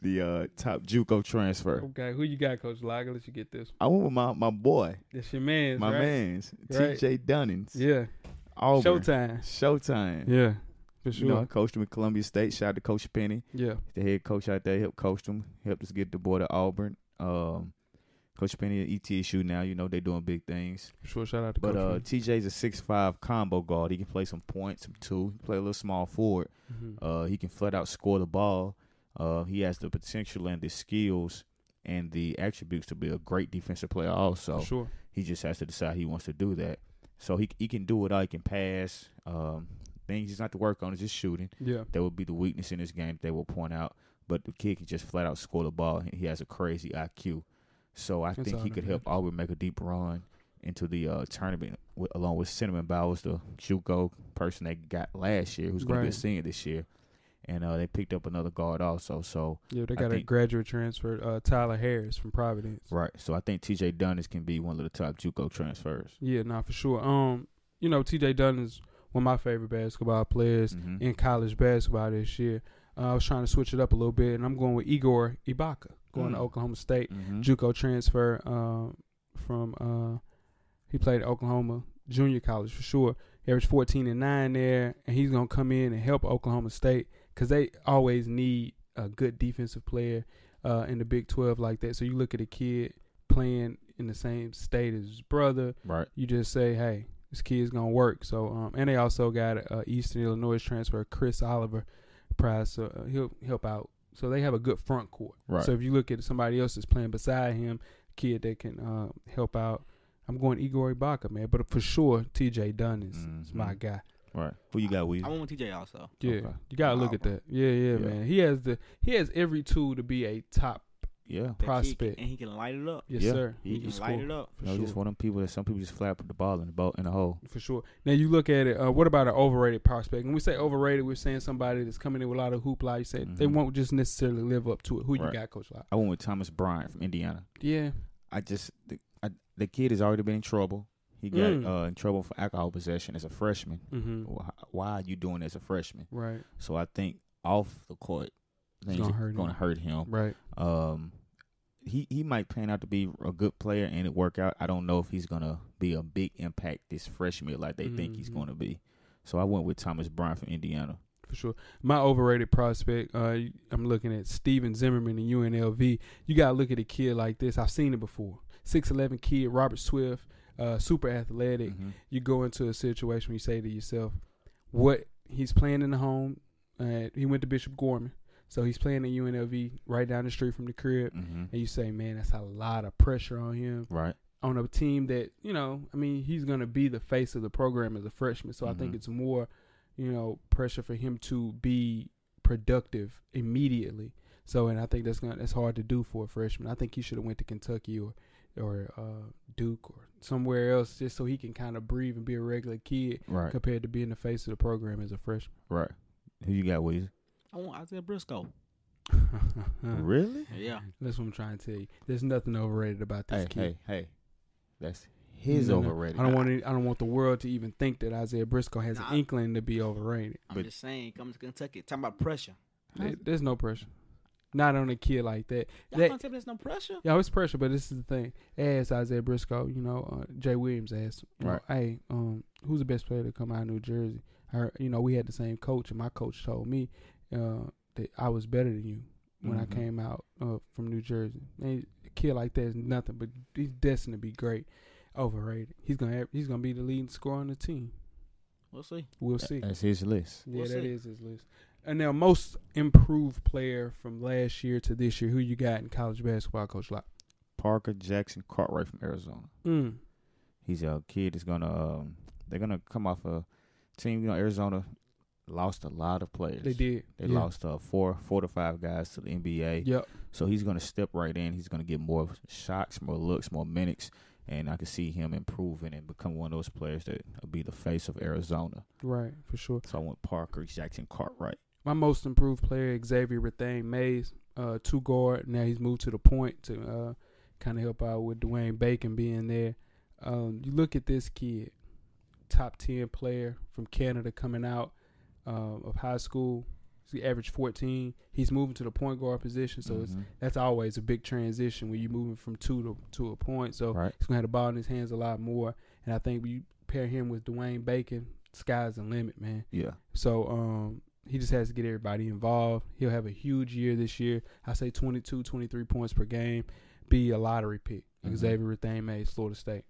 E: the uh, top JUCO transfer.
C: Okay, who you got, Coach Log? Let you get this.
E: I went with my, my boy,
C: That's your man's,
E: my
C: right?
E: man's
C: Right.
E: TJ Dunnins.
C: Yeah.
E: Auburn.
C: Showtime.
E: Showtime.
C: Yeah. For
E: You
C: sure.
E: know, I coached him at Columbia State. Shout out to Coach Penny,
C: yeah.
E: the head coach out there. Helped coach him. Helped us get the boy to Auburn. Um, coach Penny at E ETSU now. You know they doing big things.
C: For sure. Shout out to
E: But
C: Coach.
E: uh,
C: Lee.
E: TJ's a six five combo guard. He can play some points, some two. He can play a little small forward.
C: Mhm.
E: Uh, he can flat out score the ball. Uh, he has the potential and the skills and the attributes to be a great defensive player. Also,
C: For sure.
E: he just has to decide he wants to do that. So he he can do it. all. He can pass. Um, things he's not to work on is his shooting.
C: Yeah.
E: That would be the weakness in this game. that They will point out, but the kid can just flat out score the ball. and He has a crazy IQ, so I
C: That's
E: think
C: all
E: he
C: that
E: could help Auburn make a deep run into the uh, tournament with, along with Cinnamon Bowers, the JUCO person they got last year, who's going to be a
C: Right.
E: senior this year, and uh, they picked up another guard also. So
C: Yeah, they
E: I
C: got a
E: think-
C: graduate transfer, uh, Tyler Harris from Providence.
E: right, so I think T.J. Dunnis can be one of the top JUCO transfers.
C: Yeah, nah, for sure. Um, you know, T.J. Dunn is one of my favorite basketball players
E: Mhm.
C: in college basketball this year. Uh, I was trying to switch it up a little bit, and I'm going with Igor Ibaka, going to
E: Mm.
C: Oklahoma State,
E: Mhm.
C: JUCO transfer um, from. Uh, he played at Oklahoma Junior College for sure. He averaged 14 and nine there, and he's gonna come in and help Oklahoma State because they always need a good defensive player uh, in the Big 12 like that. So you look at a kid playing in the same state as his brother
E: Right.
C: you just say, hey, this kid's gonna work. So, um, and they also got uh, Eastern Illinois transfer Chris Oliver prize, so uh, he'll help out. So they have a good front court.
E: Right.
C: So if you look at somebody else that's playing beside him, kid that can uh, help out. I'm going Igor Ibaka, man, but for sure T.J. Dunn is, is my
E: Mhm.
C: guy.
E: Right. Who you got, Weezy?
D: I went with TJ also.
C: Yeah,
E: Okay.
C: you gotta look at that. Yeah, yeah,
E: Yeah.
C: man. He has the he has every tool to be a top.
E: yeah.
D: That kid
C: Prospect.
D: can- and he can light it up.
C: Yes,
E: Yeah,
C: sir.
E: he
D: He
E: can
D: can
E: score.
D: light it up.
C: For
E: You know,
C: sure.
E: just one of them people that some people just flat put the ball in the ball in the hole.
C: for sure. Now you look at it. Uh, what about an overrated prospect? When we say overrated, we're saying somebody that's coming in with a lot of hoopla. You say they
E: Mhm.
C: won't just necessarily live up to it. Who you
E: Right.
C: got, Coach Lott?
E: I went with Thomas Bryant from Indiana.
C: Yeah,
E: I just the, I, the kid has already been in trouble. He got
C: Mm.
E: uh, in trouble for alcohol possession as a freshman.
C: hmm
E: Why, why are you doing as a freshman?
C: right,
E: So I think off the court things
C: gonna
E: are
C: hurt
E: going to
C: him.
E: hurt him.
C: right.
E: Um, he he might pan out to be a good player and it work out. I don't know if he's going to be a big impact this freshman year like they think he's
C: Mhm.
E: going to be. So I went with Thomas Bryant from Indiana.
C: for sure. My overrated prospect, uh, I'm looking at Steven Zimmerman and UNLV. You got to look at a kid like this. I've seen it before. 6'11 kid, Robert Swift, uh, super athletic.
E: Mhm.
C: You go into a situation where you say to yourself, what he's playing in the home. Uh, he went to Bishop Gorman. So he's playing at UNLV right down the street from the crib.
E: hmm
C: And you say, man, that's a lot of pressure on him
E: Right.
C: on a team that you know i mean he's going to be the face of the program as a freshman so i think
E: Mhm.
C: it's more you know pressure for him to be productive immediately so and i think that's going to that's hard to do for a freshman i think he should have went to kentucky or or uh, duke or somewhere else just so he can kind of breathe and be a regular kid
E: Right.
C: compared to being the face of the program as a freshman <laughs>
E: Right. Who you got, Weezy?
D: I want Isaiah Briscoe.
C: Uh,
E: Really?
D: Yeah.
C: that's what i'm trying to tell you there's nothing overrated about this
E: Hey,
C: kid
E: hey, hey. That's his
C: No, no.
E: overrated.
C: I don't want any, I don't want the world to even think that Isaiah Briscoe has
D: Nah, I-
C: an inkling to be overrated.
D: I'm
E: But-
D: just saying, come to Kentucky. Talking about pressure.
C: There- there's no pressure, not on a kid like that.
D: Y'all
C: That
D: gonna tell me there's no pressure?
C: yeah, it's pressure, but this is the thing. They asked Isaiah Briscoe, you know, uh, Jay Williams asked, you know,
E: Right.
C: hey, um, who's the best player to come out of New Jersey? Her, you know, we had the same coach, and my coach told me uh, that I was better than you when
E: Mhm.
C: I came out uh, from New Jersey. And a kid like that is nothing, but he's destined to be great. Overrated. He's gonna have, he's gonna be the leading scorer on the team.
D: We'll see.
C: We'll see.
E: That's his list.
C: Yeah,
D: We'll
C: that is
D: see.
C: his list. And now, most improved player from last year to this year, who you got in college basketball, Coach Lock?
E: Parker Jackson Cartwright from Arizona.
C: Mm.
E: He's a kid that's gonna. Um, they're gonna come off a team. You know, Arizona lost a lot of players.
C: They did.
E: They
C: Yeah.
E: lost uh, four, four to five guys to the NBA.
C: Yep.
E: So he's gonna step right in. He's gonna get more shots, more looks, more minutes, and I can see him improving and become one of those players that will be the face of Arizona.
C: Right, for sure.
E: So I want Parker Jackson Cartwright.
C: My most improved player, Xavier Rathane Mays, uh, two guard. Now he's moved to the point to uh, kind of help out with Dwayne Bacon being there. Um, you look at this kid, top 10 player from Canada coming out, uh, of high school. He averaged 14. He's moving to the point guard position,
E: Mm.
C: so it's that's always a big transition when you're moving from two to to a point. So
E: Mm-hmm. Right.
C: he's gonna have the ball in his hands a lot more. And I think when you pair him with Dwayne Bacon, sky's the limit, man.
E: Yeah.
C: So um, he just has to get everybody involved. He'll have a huge year this year. I say 22, 23 points per game. Be a lottery pick. Xavier Thane Mays, Florida State.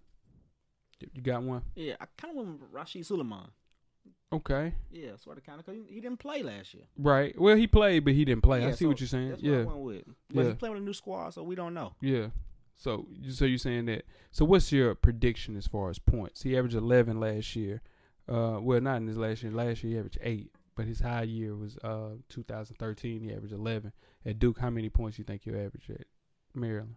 C: You got one?
D: Yeah, I kind of remember Rashid Suleiman.
C: Okay.
D: Yeah, sort of kind of. Cause he- he didn't play last year.
C: Right. Well, he played, but he didn't play. I
D: Yeah,
C: see
D: so
C: what you're saying.
D: That's
C: Yeah.
D: what I went with. But
C: Yeah.
D: he played with a new squad, so we don't know.
C: Yeah. So, you- so you're saying that. So, what's your prediction as far as points? He averaged 11 last year. Uh, well, not in his last year. Last year he averaged eight, but his high year was uh 2013. He averaged 11 at Duke. How many points you think he'll average at Maryland?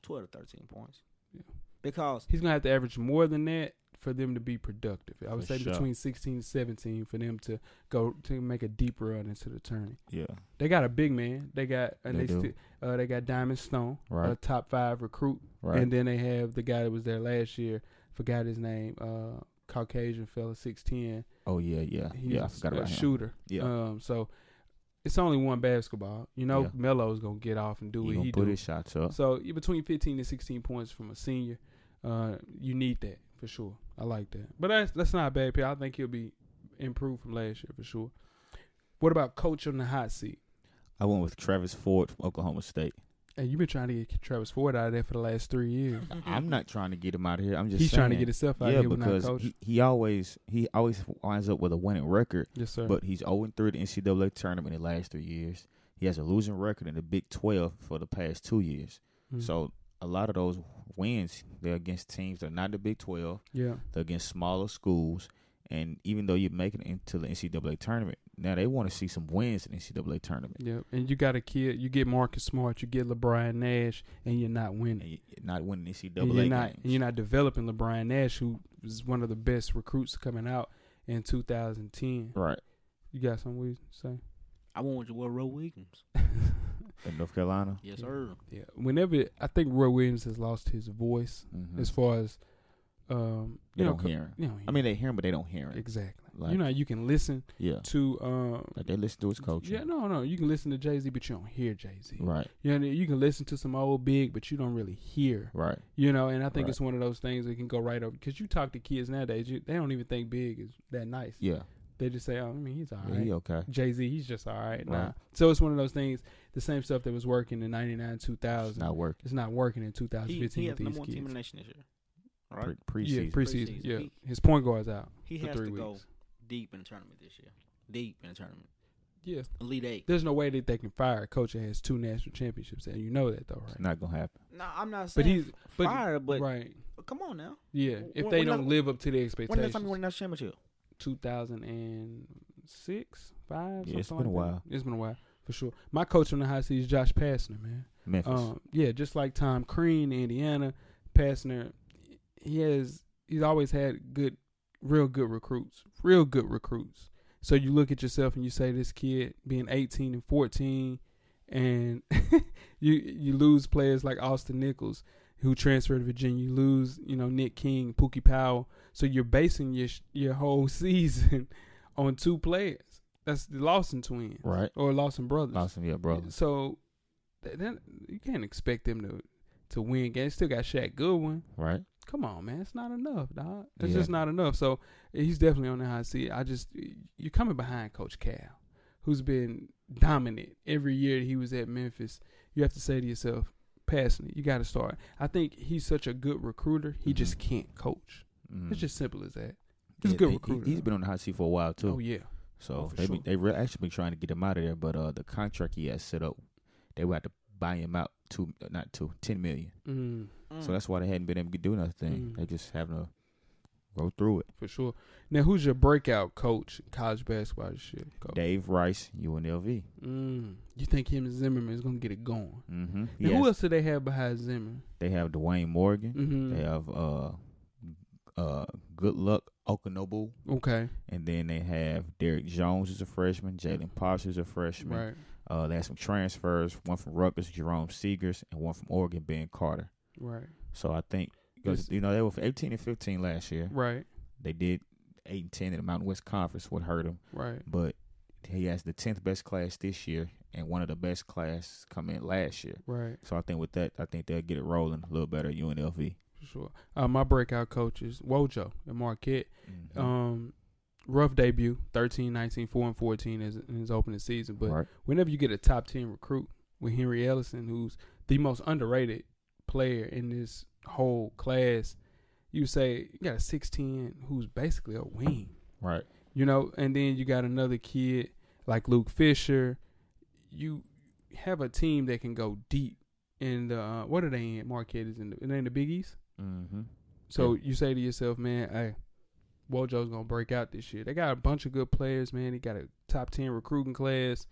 D: Twelve to thirteen points.
C: Yeah.
D: Because
C: He's gonna have to average more than that for them to be productive. I would
E: For
C: say
E: sure.
C: between 16 and 17 for them to go to make a deep run into the tourney.
E: Yeah.
C: They got a big man. They got and
E: They
C: they,
E: do.
C: sti- uh, they got Diamond Stone, a
E: Right.
C: top five recruit,
E: Right.
C: and then they have the guy that was there last year. Forgot his name. Uh, Caucasian fella, six ten.
E: Oh yeah, yeah,
C: He's
E: yeah. I
C: a
E: forgot about him.
C: shooter.
E: Yeah.
C: Um, so it's only one basketball. You know,
E: Yeah.
C: Melo's gonna get off and do
E: He
C: what
E: gonna
C: he
E: put
C: do.
E: his shots up.
C: So you're between 15 and 16 points from a senior, uh, you need that for sure. I like that, but that's that's not a bad pick. I think he'll be improved from last year for sure. What about coach on the hot seat?
E: I went with Travis Ford from Oklahoma State.
C: And you've been trying to get Travis Ford out of there for the last three years.
E: I'm not trying to get him out of here. I'm just
C: He's trying to
E: saying.
C: get himself out of
E: yeah,
C: here with not
E: because
C: coaching.
E: he, he always he always winds up with a winning record,
C: yes, sir.
E: but he's 0 3 the NCAA tournament in the last three years. He has a losing record in the Big 12 for the past two years.
C: Mm.
E: So a lot of those wins they're against teams that are not the Big 12.
C: yeah,
E: They're against smaller schools. And even though you make it into the NCAA tournament, now they want to see some wins in the NCAA tournament.
C: yeah. And you got a kid. You get Marcus Smart. You get LeBron Nash, and you're not winning.
E: And you- not winning NCAA
C: and you're not.
E: games.
C: And you're not developing LeBron Nash, who was one of the best recruits coming out in 2010.
E: right.
C: You got something we say? <laughs>
D: I went with Joel Roe Williams.
E: In North Carolina.
D: Yes, sir.
C: Yeah. Whenever I think Roy Williams has lost his voice
E: Mm-hmm.
C: as far as um,
E: They
C: you know,
E: don't
C: co-
E: hear him.
C: You know,
E: I mean, they hear him, but they don't hear him.
C: exactly.
E: Like-
C: you know, how you can listen
E: Yeah.
C: to um,
E: Like they listen to his coaching.
C: Yeah, no, no. You can listen to Jay Z, but you don't hear Jay Z.
E: Right.
C: You know, you can listen to some old big, but you don't really hear.
E: Right.
C: You know, and I think
E: Right.
C: it's one of those things that can go right over because you talk to kids nowadays, you, they don't even think big is that nice.
E: Yeah.
C: They just say, "Oh, I mean, he's all
E: Yeah,
C: right."
E: he okay.
C: Jay Z, he's just all right, now.
E: Right.
C: So it's one of those things. The same stuff that was working in '99, 2000,
E: It's not working.
C: it's not working in
D: He,
C: 2015
D: he
C: with
D: has
C: these
D: the number one
C: kids.
D: team in the nation this year. All right.
E: Pre-
C: yeah,
E: preseason.
C: preseason.
D: Preseason.
C: Yeah,
D: He-
C: his point guard's out.
D: He
C: for
D: has to
C: three
D: go
C: weeks.
D: deep in the tournament this year. Deep in the tournament.
C: Yeah,
D: Elite eight.
C: there's no way that they can fire a coach that has two national championships, and you know that though,
E: It's
C: right?
E: not gonna happen.
D: No, I'm not
C: But
D: saying
C: he's but,
D: fire, but
C: right.
D: come on now.
C: Yeah,
D: Wh-
C: if
D: when-
C: they
D: when
C: don't
D: la-
C: live up to the
D: When the last time you
C: expectations.
D: won a national championship?
C: 2006, 5,
E: Yeah, it's
C: something
E: been a
C: like that.
E: while.
C: It's been a while, for sure. My coach on the high seat is Josh Pastner, man.
E: Memphis.
C: Um, yeah, just like Tom Crean, Indiana, Pastner, he has he's always had good, real good recruits, real good recruits. So you look at yourself and you say this kid being 18 and 14, and <laughs> you you lose players like Austin Nichols who transferred to Virginia. You lose you know Nick King, Pookie Powell. So you're basing your sh- your whole <laughs> season on two players. That's the Lawson twins,
E: Right.
C: Or Lawson brothers.
E: Lawson, yeah, brother.
C: So th- then you can't expect them to to win games. Still got Shaq Goodwin.
E: Right.
C: Come on, man, it's not enough, dog. It's
E: Yeah.
C: just not enough. So he's definitely on the hot seat. I just you're coming behind Coach Cal, who's been dominant every year that he was at Memphis. You have to say to yourself, passing it, you got to start. I think he's such a good recruiter. He just can't coach.
E: Mm-hmm. Mm.
C: It's just simple as that.
E: Yeah,
C: He's a good
E: he-
C: recruiter.
E: He, has been on the hot seat for a while too.
C: Oh yeah,
E: So
C: for
E: they be,
C: sure.
E: they re- actually been trying to get him out of there, but uh, the contract he has set up, they would have to buy him out to uh, not to ten million.
C: mm,
E: So that's why they hadn't been able to do nothing.
C: Mm.
E: They just having to go through it.
C: for sure. Now, who's your breakout coach, in college basketball this year? Coach?
E: Dave Rice, UNLV.
C: Mm. You think him and Zimmerman is gonna get it going?
E: Mm-hmm.
C: Now, who else do they have behind Zimmerman?
E: They have Dwayne Morgan.
C: Mm-hmm.
E: They have uh uh Good Luck Okanobu,
C: Okay,
E: and then they have Derek Jones is a freshman, Jalen Posh is a freshman.
C: right,
E: Uh, they have some transfers, one from Rutgers, Jerome Seegers, and one from Oregon, Ben Carter.
C: right,
E: So I think 'cause,
C: Yes.
E: you know they were 18 and 15 last year.
C: right.
E: They did eight and ten in the Mountain West Conference would hurt him.
C: Right.
E: But he has the tenth best class this year, and one of the best class come in last year.
C: Right.
E: So I think with that, I think they'll get it rolling a little better. at UNLV.
C: For sure. Uh, my breakout coaches, Wojo and Marquette.
E: Mm-hmm.
C: Um, rough debut, 13, 19, 4 and 14 is in his opening season. But
E: Right.
C: whenever you get a top 10 recruit with Henry Ellison, who's the most underrated player in this whole class, you say you got a 16 who's basically a wing,
E: Right.
C: you know, and then you got another kid like Luke Fisher. You have a team that can go deep. In the uh, what are they in? Marquette is in the, they in the Big East.
E: Mm-hmm.
C: So you say to yourself, man, hey, Wojo's gonna break out this year. They got a bunch of good players, man. He got a top ten recruiting class.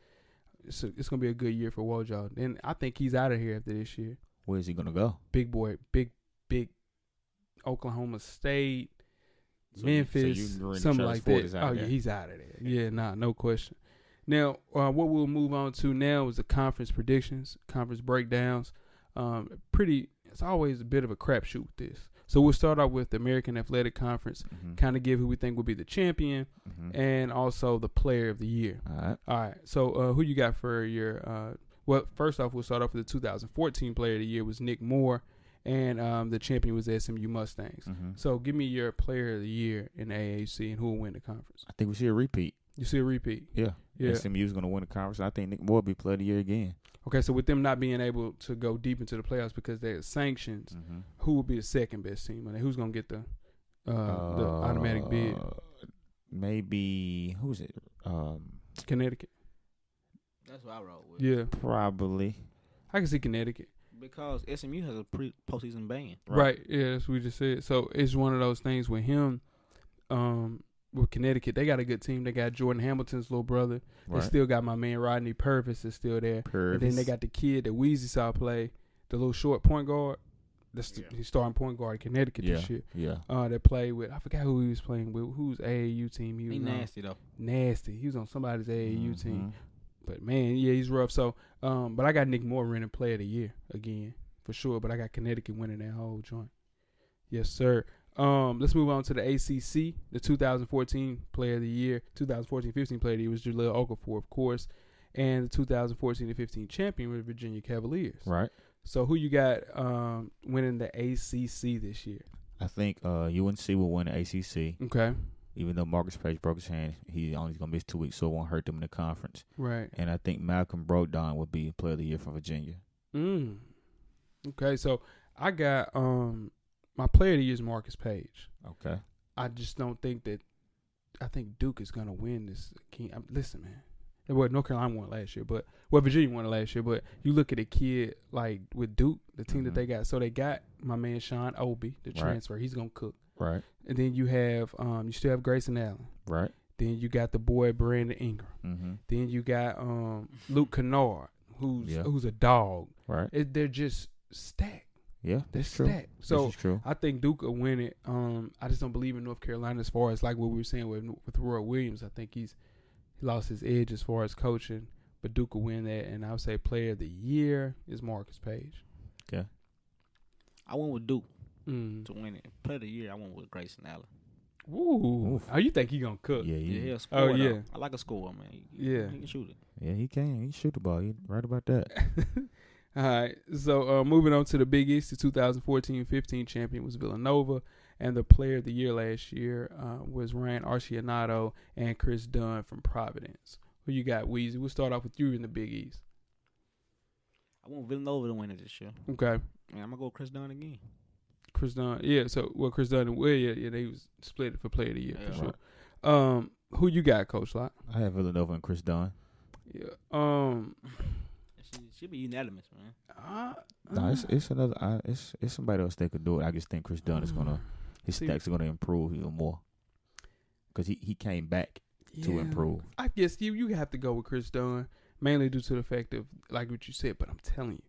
C: It's, it's gonna be a good year for Wojo. And I think he's out of here after this year.
E: Where is he gonna go?
C: Big boy, big, big Oklahoma State,
E: So you- so you
C: Memphis,
E: agree that
C: something
E: Travis
C: like
E: Ford
C: that.
E: is out
C: oh
E: of
C: yeah,
E: there?
C: he's out of there. Yeah, nah, no question. Now, uh, what we'll move on to now is the conference predictions, conference breakdowns. Um, pretty, it's always a bit of a crapshoot with this. So we'll start off with the American Athletic Conference,
E: Mm-hmm.
C: kind of give who we think will be the champion and also the player of the year.
E: All right.
C: All right. So uh, who you got for your? Uh, well, first off, we'll start off with the 2014 Player of the Year was Nick Moore, and um, the champion was SMU Mustangs.
E: Mm-hmm.
C: So give me your Player of the Year in AAC and who will win the conference.
E: I think we see a repeat.
C: You see a repeat.
E: Yeah.
C: Yeah.
E: SMU's gonna win the conference. I think Nick Moore will be player of the year again.
C: Okay, so with them not being able to go deep into the playoffs because there's sanctions,
E: Mm-hmm.
C: who will be the second best team? And who's gonna get the uh, the automatic bid?
E: Uh, Maybe who's it? Um,
C: Connecticut.
D: That's what I roll with.
C: Yeah,
E: probably.
C: I can see Connecticut.
D: Because SMU has a pre postseason ban.
C: Right. Yeah, that's what we just said. So it's one of those things with him, um, with Connecticut. They got a good team. They got Jordan Hamilton's little brother.
E: Right.
C: They still got my man Rodney Purvis is still there. And then they
E: Purvis.
C: got the kid that Weezy saw play, the little short point guard. That's the, he's starting point guard in Connecticut
E: Yeah.
C: this year.
E: Yeah.
C: Uh, that played with I forgot who he was playing with. Whose AAU team he was
D: He
C: on.
D: nasty though.
C: Nasty. He was on somebody's AAU
E: Mm-hmm.
C: team. But man, yeah, he's rough. So, um, but I got Nick Moore winning Player of the Year again for sure. But I got Connecticut winning that whole joint. Yes, sir. Um, let's move on to the ACC. The 2014 Player of the Year, 2014-15 Player of the Year was Jaleel Okafor, of course, and the 2014-15 champion was Virginia Cavaliers.
E: Right.
C: So, who you got um, winning the ACC this year?
E: I think uh, UNC will win the ACC.
C: Okay,
E: Even though Marcus Page broke his hand, he only gonna miss two weeks, so it won't hurt them in the conference.
C: right.
E: And I think Malcolm Broadon will be player of the year from Virginia.
C: Mm. Okay, so I got um my player of the year is Marcus Page.
E: Okay.
C: I just don't think that I think Duke is gonna win this. King, I'm, listen, man. Well, North Carolina won last year, but well, Virginia won it last year. But you look at a kid like with Duke, the team that they got. So they got my man Sean Obi, the
E: Mm-hmm. Right.
C: transfer. He's gonna cook.
E: Right.
C: And then you have um, you still have Grayson Allen.
E: Right.
C: Then you got the boy Brandon Ingram.
E: Mm-hmm.
C: Then you got um Luke Kennard, who's
E: Yeah.
C: who's a dog.
E: Right.
C: It, they're just stacked.
E: yeah.
C: They're
E: That's true.
C: stacked. So
E: this is true.
C: I think Duke will win it. Um, I just don't believe in North Carolina as far as like what we were saying with with Roy Williams. I think he's he lost his edge as far as coaching, but Duke will win that. And I would say Player of the Year is Marcus Page.
E: Okay.
D: I went with Duke
C: Mm.
D: to win it. Player of the year, I went with Grayson Allen.
C: Ooh,
E: Oof.
C: oh, you think he gonna cook?
E: Yeah.
D: Yeah,
E: He,
D: he
E: yeah.
D: a scorer.
C: Oh,
D: though.
C: yeah.
D: I like a scorer, man. He-
C: Yeah.
D: He can shoot it.
E: He can. He shoot the ball. He right about that.
C: <laughs> All right. So uh, moving on to the Big East, the 2014-15 champion was Villanova, and the Player of the Year last year uh, was Ryan Arcianato and Chris Dunn from Providence. Who you got, Weezy? We'll start off with you in the Big East.
D: I want Villanova to win it this year.
C: Okay.
D: Man, I'm gonna go with Chris Dunn again.
C: Chris Dunn. Yeah, so well Chris Dunn and Will, yeah, yeah, they was split for player of the year for
D: Yeah.
C: sure. Um who you got, Coach Lot?
E: I have Villanova and Chris Dunn.
C: Yeah. Um
D: She she be unanimous, man.
C: I, uh,
E: No,
C: Uh-huh.
E: it's it's another. I, it's it's somebody else that could do it. I just think Chris Dunn is gonna his
C: Uh-huh. See-
E: stacks are gonna improve even more because he he came back to
C: yeah.
E: improve.
C: I guess you you have to go with Chris Dunn, mainly due to the fact of like what you said, but I'm telling you,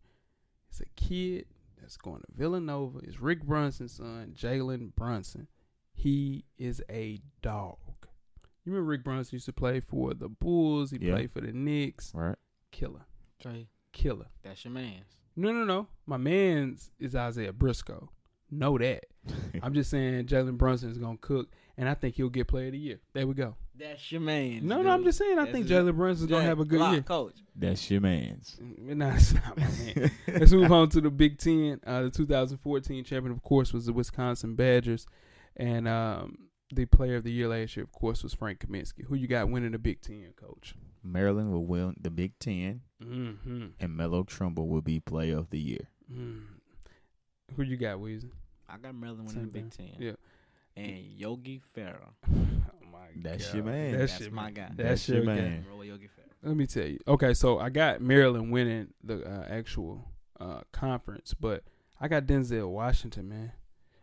C: it's a kid that's going to Villanova. It's Rick Brunson's son, Jalen Brunson. He is a dog. You remember Rick Brunson used to play for the Bulls, he
E: Yeah.
C: played for the Knicks.
E: Right.
C: Killer.
D: Trey,
C: Killer.
D: that's your man's.
C: No, no, no. My man's is Isaiah Briscoe. Know that. I'm just saying Jalen Brunson is gonna cook, and I think he'll get Player of the Year. There we go.
D: That's your man.
C: No, no, I'm just saying. I think Jalen Brunson's gonna have a good year.
D: Coach.
E: <laughs> That's your man's.
C: Nah, <laughs> it's not my man. Let's move on to the Big Ten. Uh, the 2014 champion, of course, was the Wisconsin Badgers, and um, the Player of the Year last year, of course, was Frank Kaminsky. Who you got winning the Big Ten, Coach?
E: Maryland will win the Big Ten,
C: Mm-hmm.
E: and Melo Trumbull will be Player of the Year.
C: Mm. Who you got, Weezy?
D: I got Maryland winning the
C: Same
D: Big Ten.
C: Yeah.
D: And Yogi Ferrell.
C: Oh my
E: That's your man.
C: That's,
D: That's
C: your
D: my
C: man.
D: guy.
C: That's, your,
E: your
C: guy.
E: man.
D: Roll with Yogi Ferrell.
C: Let me tell you. Okay, so I got Maryland winning the uh, actual uh, conference, but I got Denzel Washington, man.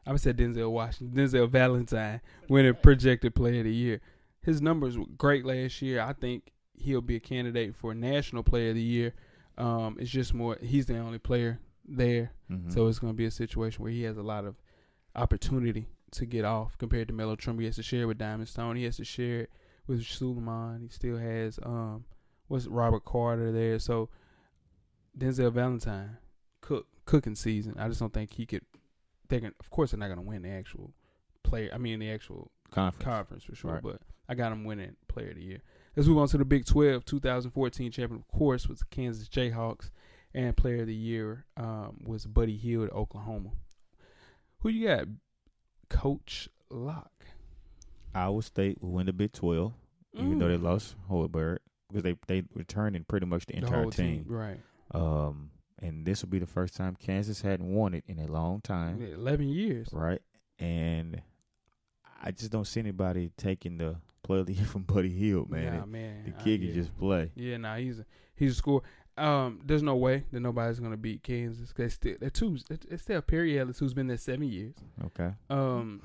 C: I would say Denzel Washington, Denzel Valentine winning projected player of the year. His numbers were great last year. I think he'll be a candidate for national player of the year. Um, it's just more he's the only player there,
E: Mm-hmm.
C: so it's going to be a situation where he has a lot of opportunity to get off compared to Melo Trimble. He has to share it with Diamond Stone. He has to share it with Suleiman. He still has um what's Robert Carter there. So Denzel Valentine, cook cooking season. I just don't think he could. They can, of course, they're not going to win the actual player. I mean, the actual
E: Conference.
C: conference for sure.
E: Right.
C: But I got him winning Player of the Year. Let's move on to the Big 12. 2014 champion, of course, was the Kansas Jayhawks, and Player of the Year um, was Buddy Hield at Oklahoma. Who you got, Coach Locke?
E: Iowa State will win the Big Twelve, even though they
C: Mm.
E: lost Holberg because they they returned in pretty much the
C: The
E: entire
C: whole
E: team.
C: right?
E: Um, and this will be the first time Kansas hadn't won it in a long time,
C: Eleven years.
E: right? And I just don't see anybody taking the player of the year from Buddy Hill, man.
C: Nah,
E: It-
C: man.
E: the
C: I-
E: kid
C: yeah.
E: can just play.
C: Yeah, nah, he's a, he's a score. Um, there's no way that nobody's gonna beat Kansas. 'cause They still they're two. They still have Perry Ellis, who's been there seven years.
E: Okay.
C: Um,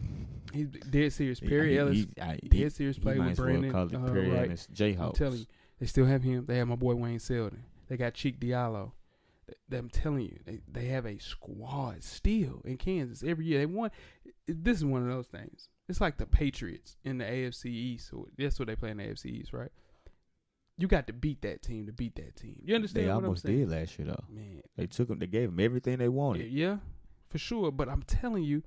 C: he's dead serious.
E: He-
C: Perry
E: he-
C: Ellis.
E: he- I-
C: dead
E: he-
C: serious
E: he
C: play
E: might
C: with
E: as well
C: Brandon,
E: call it
C: uh,
E: Perry
C: right.
E: Ellis Jayhawks.
C: I'm telling you, they still have him. They have my boy Wayne Selden. They got Cheek Diallo. Th- th- I'm telling you, they, they have a squad still in Kansas every year. They won. This is one of those things. It's like the Patriots in the AFC East. Or that's what they play in the AFC East, right? You got to beat that team to beat that team. You understand
E: They
C: what
E: almost
C: I'm saying?
E: did last year though.
C: Man,
E: They took them. They gave them everything they
C: yeah,
E: wanted.
C: yeah, for sure. But I'm telling you,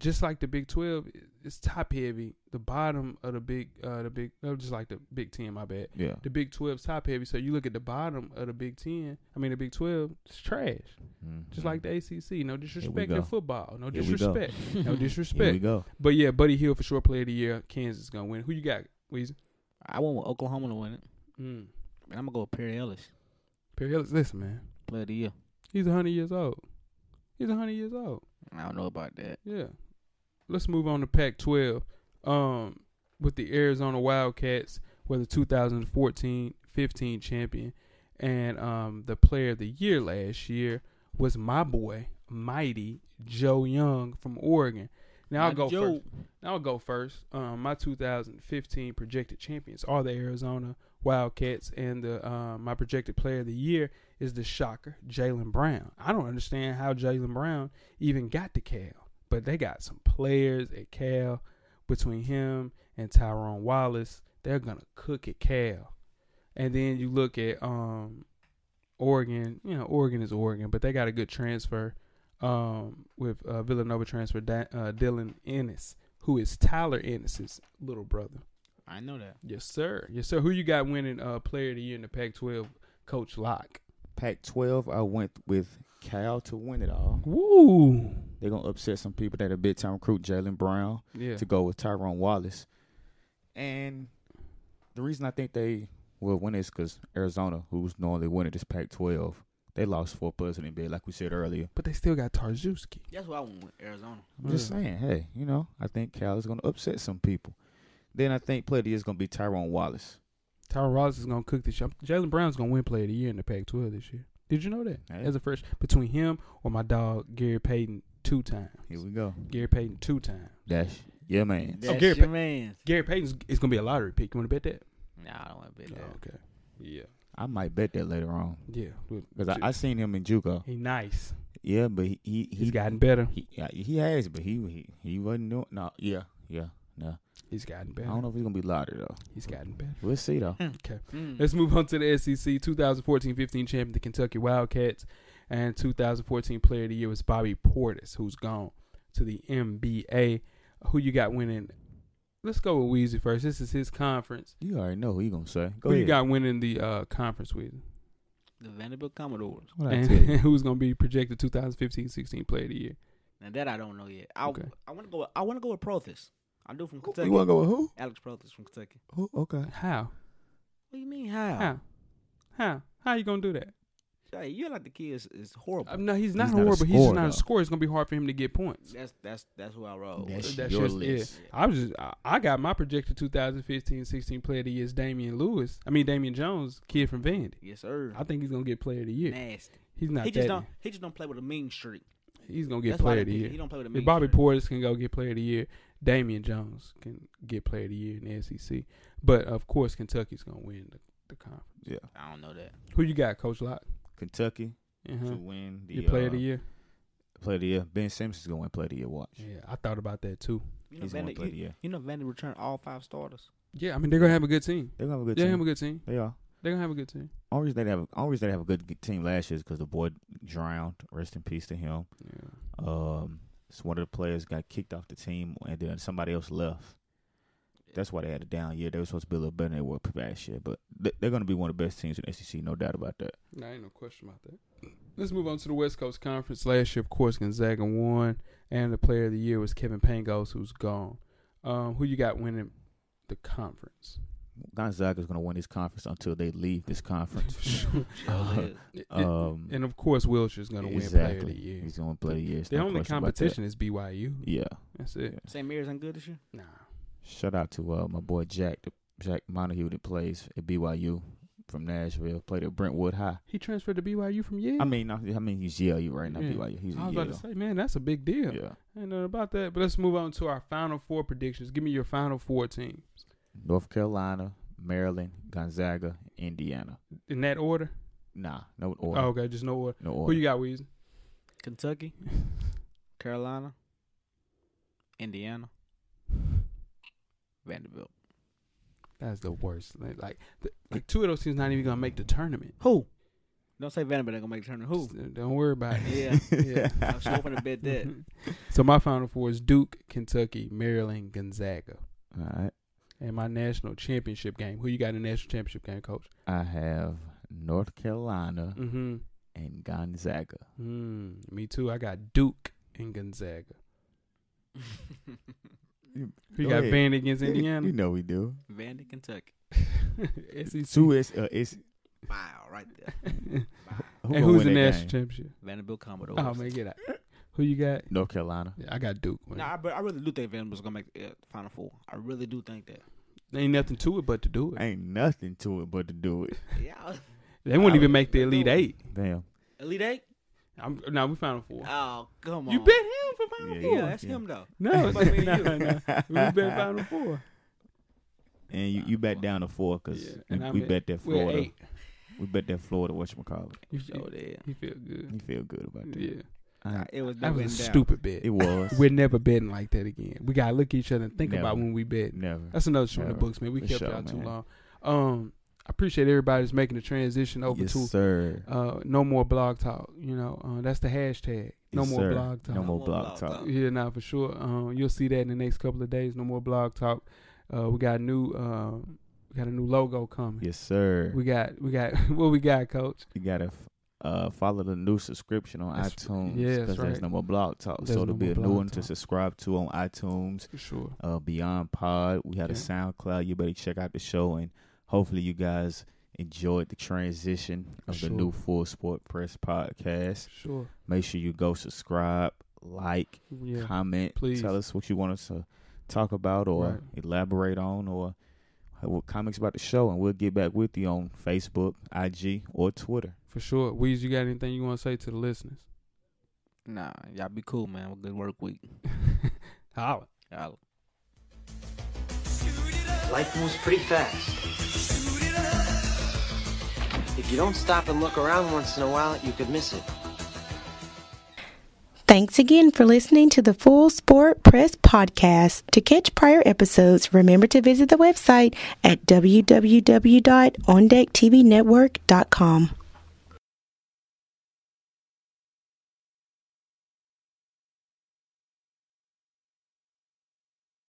C: just like the Big Twelve, i- it's top heavy. The bottom of the big, uh, the big, no, just like the Big Ten. My bad.
E: Yeah.
C: The Big 12's top heavy. So you look at the bottom of the Big Ten. I mean, the Big 12, it's trash.
E: Mm-hmm.
C: Just like the ACC. No disrespect
E: go.
C: to football. No
E: Here we go.
C: disrespect.
E: <laughs>
C: No
E: Here we
C: disrespect.
E: go.
C: But yeah, Buddy Hill for sure player of the year. Kansas is gonna win. Who you got, Weezy?
D: I went with Oklahoma to win it.
C: Mm.
D: And I'm going to go with Perry Ellis.
C: Perry Ellis, listen, man.
D: Player of the year.
C: He's hundred years old. He's hundred years old.
D: I don't know about that.
C: Yeah. Let's move on to Pac 12. Um, with the Arizona Wildcats, were the 2014 15 champion. And um, the player of the year last year was my boy, Mighty Joe Young from Oregon. Now I'll
D: My
C: go
D: Joe.
C: first. Now I'll go first. Um, my 2015 projected champions are the Arizona Wildcats, and the uh, my projected player of the year is the shocker Jalen Brown. I don't understand how Jalen Brown even got to Cal, but they got some players at Cal between him and Tyrone Wallace. They're gonna cook at Cal, and then you look at um, Oregon. You know, Oregon is Oregon, but they got a good transfer um, with uh, Villanova transfer da- uh, Dylan Ennis, who is Tyler Ennis's little brother.
D: I know that.
C: Yes, sir. Yes, sir. Who you got winning uh, Player of the Year in the Pac-12? Coach Locke.
E: Pac-12, I went with Cal to win it all.
C: Woo.
E: They're gonna upset some people that are big time recruit Jalen Brown
C: Yeah.
E: to go with Tyrone Wallace. And the reason I think they will win is because Arizona, who's normally winning this Pac-12, they lost four players in the bid, like we said earlier.
C: But they still got Tarzewski.
D: That's what I went with, Arizona.
E: I'm
C: Mm.
E: just saying, hey, you know, I think Cal is gonna upset some people. Then I think player of the year is gonna be Tyrone Wallace.
C: Tyron Wallace is gonna cook this year. Jalen Brown's gonna win Player of the Year in the Pac-12 this year. Did you know that?
E: Hey.
C: As a fresh between him or my dog Gary Payton two times.
E: Here we go.
C: Gary Payton two times.
E: Dash, yeah, man.
D: That's
C: Gary
D: your
C: Pay-
D: man.
C: Gary Payton's is gonna be a lottery pick. You want to bet that?
D: Nah, I don't want to bet that.
C: Oh, okay. Yeah.
E: I might bet that later on
C: Yeah.
E: because I, I seen him in JUCO.
C: he nice.
E: Yeah, but he he,
C: He's
E: he
C: gotten better.
E: He yeah, he has, but he he he wasn't doing. No, yeah, yeah, no.
C: He's gotten
E: I
C: better.
E: don't know Hmm. if he's gonna be louder though.
C: He's gotten better.
E: We'll see though.
C: Okay.
D: Mm.
C: Let's move on to the E SEC 2014-15 champion, the Kentucky Wildcats, and 2014 player of the year was Bobby Portis, who's gone to the NBA. Who you got winning? let's go with Weezy first. This is his conference.
E: You already know who you gonna say. Go
C: Who you
E: ahead.
C: got winning the uh, conference with?
D: The Vanderbilt Commodores.
E: What I
C: And <laughs>
E: tell you?
C: who's gonna be projected 2015-16 player of the year?
D: Now that I don't know yet. I
C: Okay.
D: I want to go. With, I want to go with Prothis. I do from Kentucky.
E: You wanna go with who?
D: Alex Prothis from Kentucky.
E: Who? Okay.
C: How?
D: What do you mean how?
C: How? How? How you gonna do that?
D: Hey, you like the kid is, is horrible.
C: Um, no, he's not
E: Oh, He's
C: a
E: not a
C: horrible. He's just
E: scorer,
C: not
E: though.
C: a scorer. It's gonna be hard for him to get points.
D: that's that's that's who I roll.
E: That's-
D: with.
C: That's
E: your
C: just
E: list.
C: it. I was just I, I got my projected 2015-16 player of the year is Damian Lewis. I mean Damian Jones, kid from Vandy.
D: Yes, sir.
C: I think he's gonna get player of the year.
D: Nasty.
C: He's not
D: He
C: that.
D: just don't. He just don't play with a mean streak.
C: he's gonna get
D: That's why
C: player of
D: they
C: the
D: pick-
C: year.
D: he don't play with a
C: If
D: mean
C: Bobby
D: shirt.
C: Portis can go get player of the year. Damian Jones can get player of the year in the SEC. But of course, Kentucky's gonna win the, the conference.
E: Yeah.
D: I don't know that.
C: Who you got, Coach Locke?
E: Kentucky
C: Uh-huh.
E: to win the
C: Your player of the
E: uh,
C: year.
E: Player of the year. Ben Simmons is gonna win player of the year. Watch.
C: Yeah, I thought about that too.
D: You know,
E: He's
D: Vandy,
E: gonna play
D: you,
E: the year.
D: you know Vandy returned all five starters.
C: Yeah, I mean they're gonna have a good team.
E: They're gonna have a good
C: They're gonna
E: team.
C: have a good team.
E: They are.
C: They're gonna have a good team.
E: Only reason they have only reason they have a good good team last year is because the boy drowned. Rest in peace to him.
C: Yeah.
E: Um, it's one of the players got kicked off the team, and then somebody else left. That's why they had a down year. They were supposed to be a little better than they were last year, but th- they're going to be one of the best teams in the SEC, no doubt about that.
C: Nah, ain't no question about that. Let's move on to the West Coast Conference. Last year, of course, Gonzaga won, and the player of the year was Kevin Pangos, who's gone. Um, who you got winning the
E: <laughs>
C: conference?
E: Gonzaga is going to win this conference until they leave this conference.
C: <laughs> It- it-
E: Um,
C: and of course, Wilshire's going to win player of
E: exactly,
C: the year.
E: he's going to play the year. It's
C: Their
E: no
C: only
E: question about that.
C: competition is BYU.
E: Yeah,
C: That's it.
D: St. Mary's ain't good this year.
C: Nah.
E: shout out to uh, my boy Jack, the, Jack Montague that plays at BYU from Nashville, played at Brentwood High.
C: He transferred to BYU from Yale.
E: I mean, I, I mean he's Yale, you right now
C: Mm. Yeah.
E: BYU. He's
C: I
E: at
C: was
E: Yale.
C: about to say, man, that's a big deal.
E: yeah.
C: Ain't nothing about that. But let's move on to our final four predictions. Give me your final four teams
E: North Carolina, Maryland, Gonzaga, Indiana.
C: in that order.
E: Nah, no order.
C: Oh, okay, just no order.
E: No
C: Who
E: order.
C: you
E: <laughs>
C: got, Weezy? <laughs>
D: Kentucky, Carolina, Indiana, Vanderbilt.
C: That's the worst. Like, like, th- like two of those teams not even gonna make the tournament.
D: Who? Don't say Vanderbilt ain't gonna make the tournament. Who?
C: Just, uh, Don't worry about
E: <laughs>
C: it.
D: <laughs> Yeah,
C: Yeah.
D: I'm sure open to bet that.
C: <laughs> so my final four is Duke, Kentucky, Maryland, Gonzaga,
E: All right.
C: and my national championship game. Who you got in the national championship game, Coach?
E: I have North Carolina
C: Mm-hmm.
E: and Gonzaga.
C: Mm, me too. I got Duke and Gonzaga. Who you
E: Go
C: got
E: ahead.
C: Vandy against Indiana?
E: You know we do.
D: <laughs> Vandy, Kentucky.
C: <laughs> SEC.
E: Two is uh, is
D: Wow, right there.
E: who
C: and
E: gonna
C: who's the
E: win that
C: national
E: game?
C: championship?
D: Vanderbilt Commodores.
C: Oh man, get out. Who you got?
E: North Carolina.
C: Yeah, I got Duke. man.
D: Nah, I, but I really do think Vanderbilt's gonna make the uh, Final Four. I really do think that.
C: Ain't nothing to it but to do it.
E: Ain't nothing to it but to do it.
D: Yeah,
C: They wouldn't
D: I
C: even
D: would-
C: make the
D: I
C: Elite
D: know.
C: Eight.
E: Damn.
D: Elite Eight.
C: I'm no, we Final Four.
D: Oh, come on.
C: You bet him for Final
E: Yeah,
C: Four.
D: Yeah, that's
E: Yeah.
D: him though.
C: No,
D: Fuck me and
C: <laughs> no,
D: you.
C: no. We
E: <laughs>
C: bet <laughs> Final Four.
E: And you, you bet down to four because
C: Yeah, and I
E: we, we
C: bet-
E: bet that
C: We're
E: Florida.
C: eight.
E: We bet that Florida. What you call it?
C: You,
D: Sure did.
C: you feel good.
E: You feel good about that.
C: Yeah,
E: All right.
D: It was
C: that
D: never
C: was a
D: in doubt.
C: stupid bet.
E: It was.
C: We're never betting like that again. We gotta look at each other and think
E: Never.
C: about when we bet.
E: Never.
C: That's another show in the
E: Never.
C: books, man. We
E: For
C: kept
E: sure,
C: y'all too
E: man.
C: long. Um, I appreciate everybody's making the transition over
E: yes,
C: to
E: sir.
C: uh, no more blog talk. You know, uh, that's the hashtag. No
E: Yes,
C: more
E: sir.
C: blog talk.
E: No more
D: more
E: block
D: blog
E: talk.
D: talk.
C: Yeah, now for sure. Um, you'll see that in the next couple of days. No more blog talk. Uh, we got a new. Um, we got a new logo coming.
E: Yes, sir.
C: We got. We got. <laughs> what we got, Coach?
E: you gotta f- uh, follow the new subscription on
C: That's-
E: iTunes
C: yeah, that's
E: there's
C: right.
E: no more blog talk.
C: There's no
E: so there'll be
C: more
E: a new
C: Blog
E: one to
C: Talk.
E: subscribe to on iTunes.
C: For sure.
E: Uh, Beyond Pod, we had a
C: Yeah.
E: SoundCloud. You better check out the show, and hopefully you guys enjoyed the transition
C: For
E: of
C: sure.
E: the new Full Sport Press podcast.
C: For sure.
E: Make sure you go subscribe, like,
C: Yeah.
E: comment,
C: please.
E: tell us what you want us to talk about or
C: Right.
E: elaborate on, or uh, what comics about the show, and we'll get back with you on Facebook, IG, or Twitter.
C: For sure. Weez, you got anything you want to say to the listeners?
D: Nah, y'all be cool, man. Good work week.
C: Holla.
D: Y'all.
I: Life moves pretty fast. If you don't stop and look around once in a while, you could miss it.
F: Thanks again for listening to the Full Sport Press podcast. To catch prior episodes, remember to visit the website at www.ondecktvnetwork.com.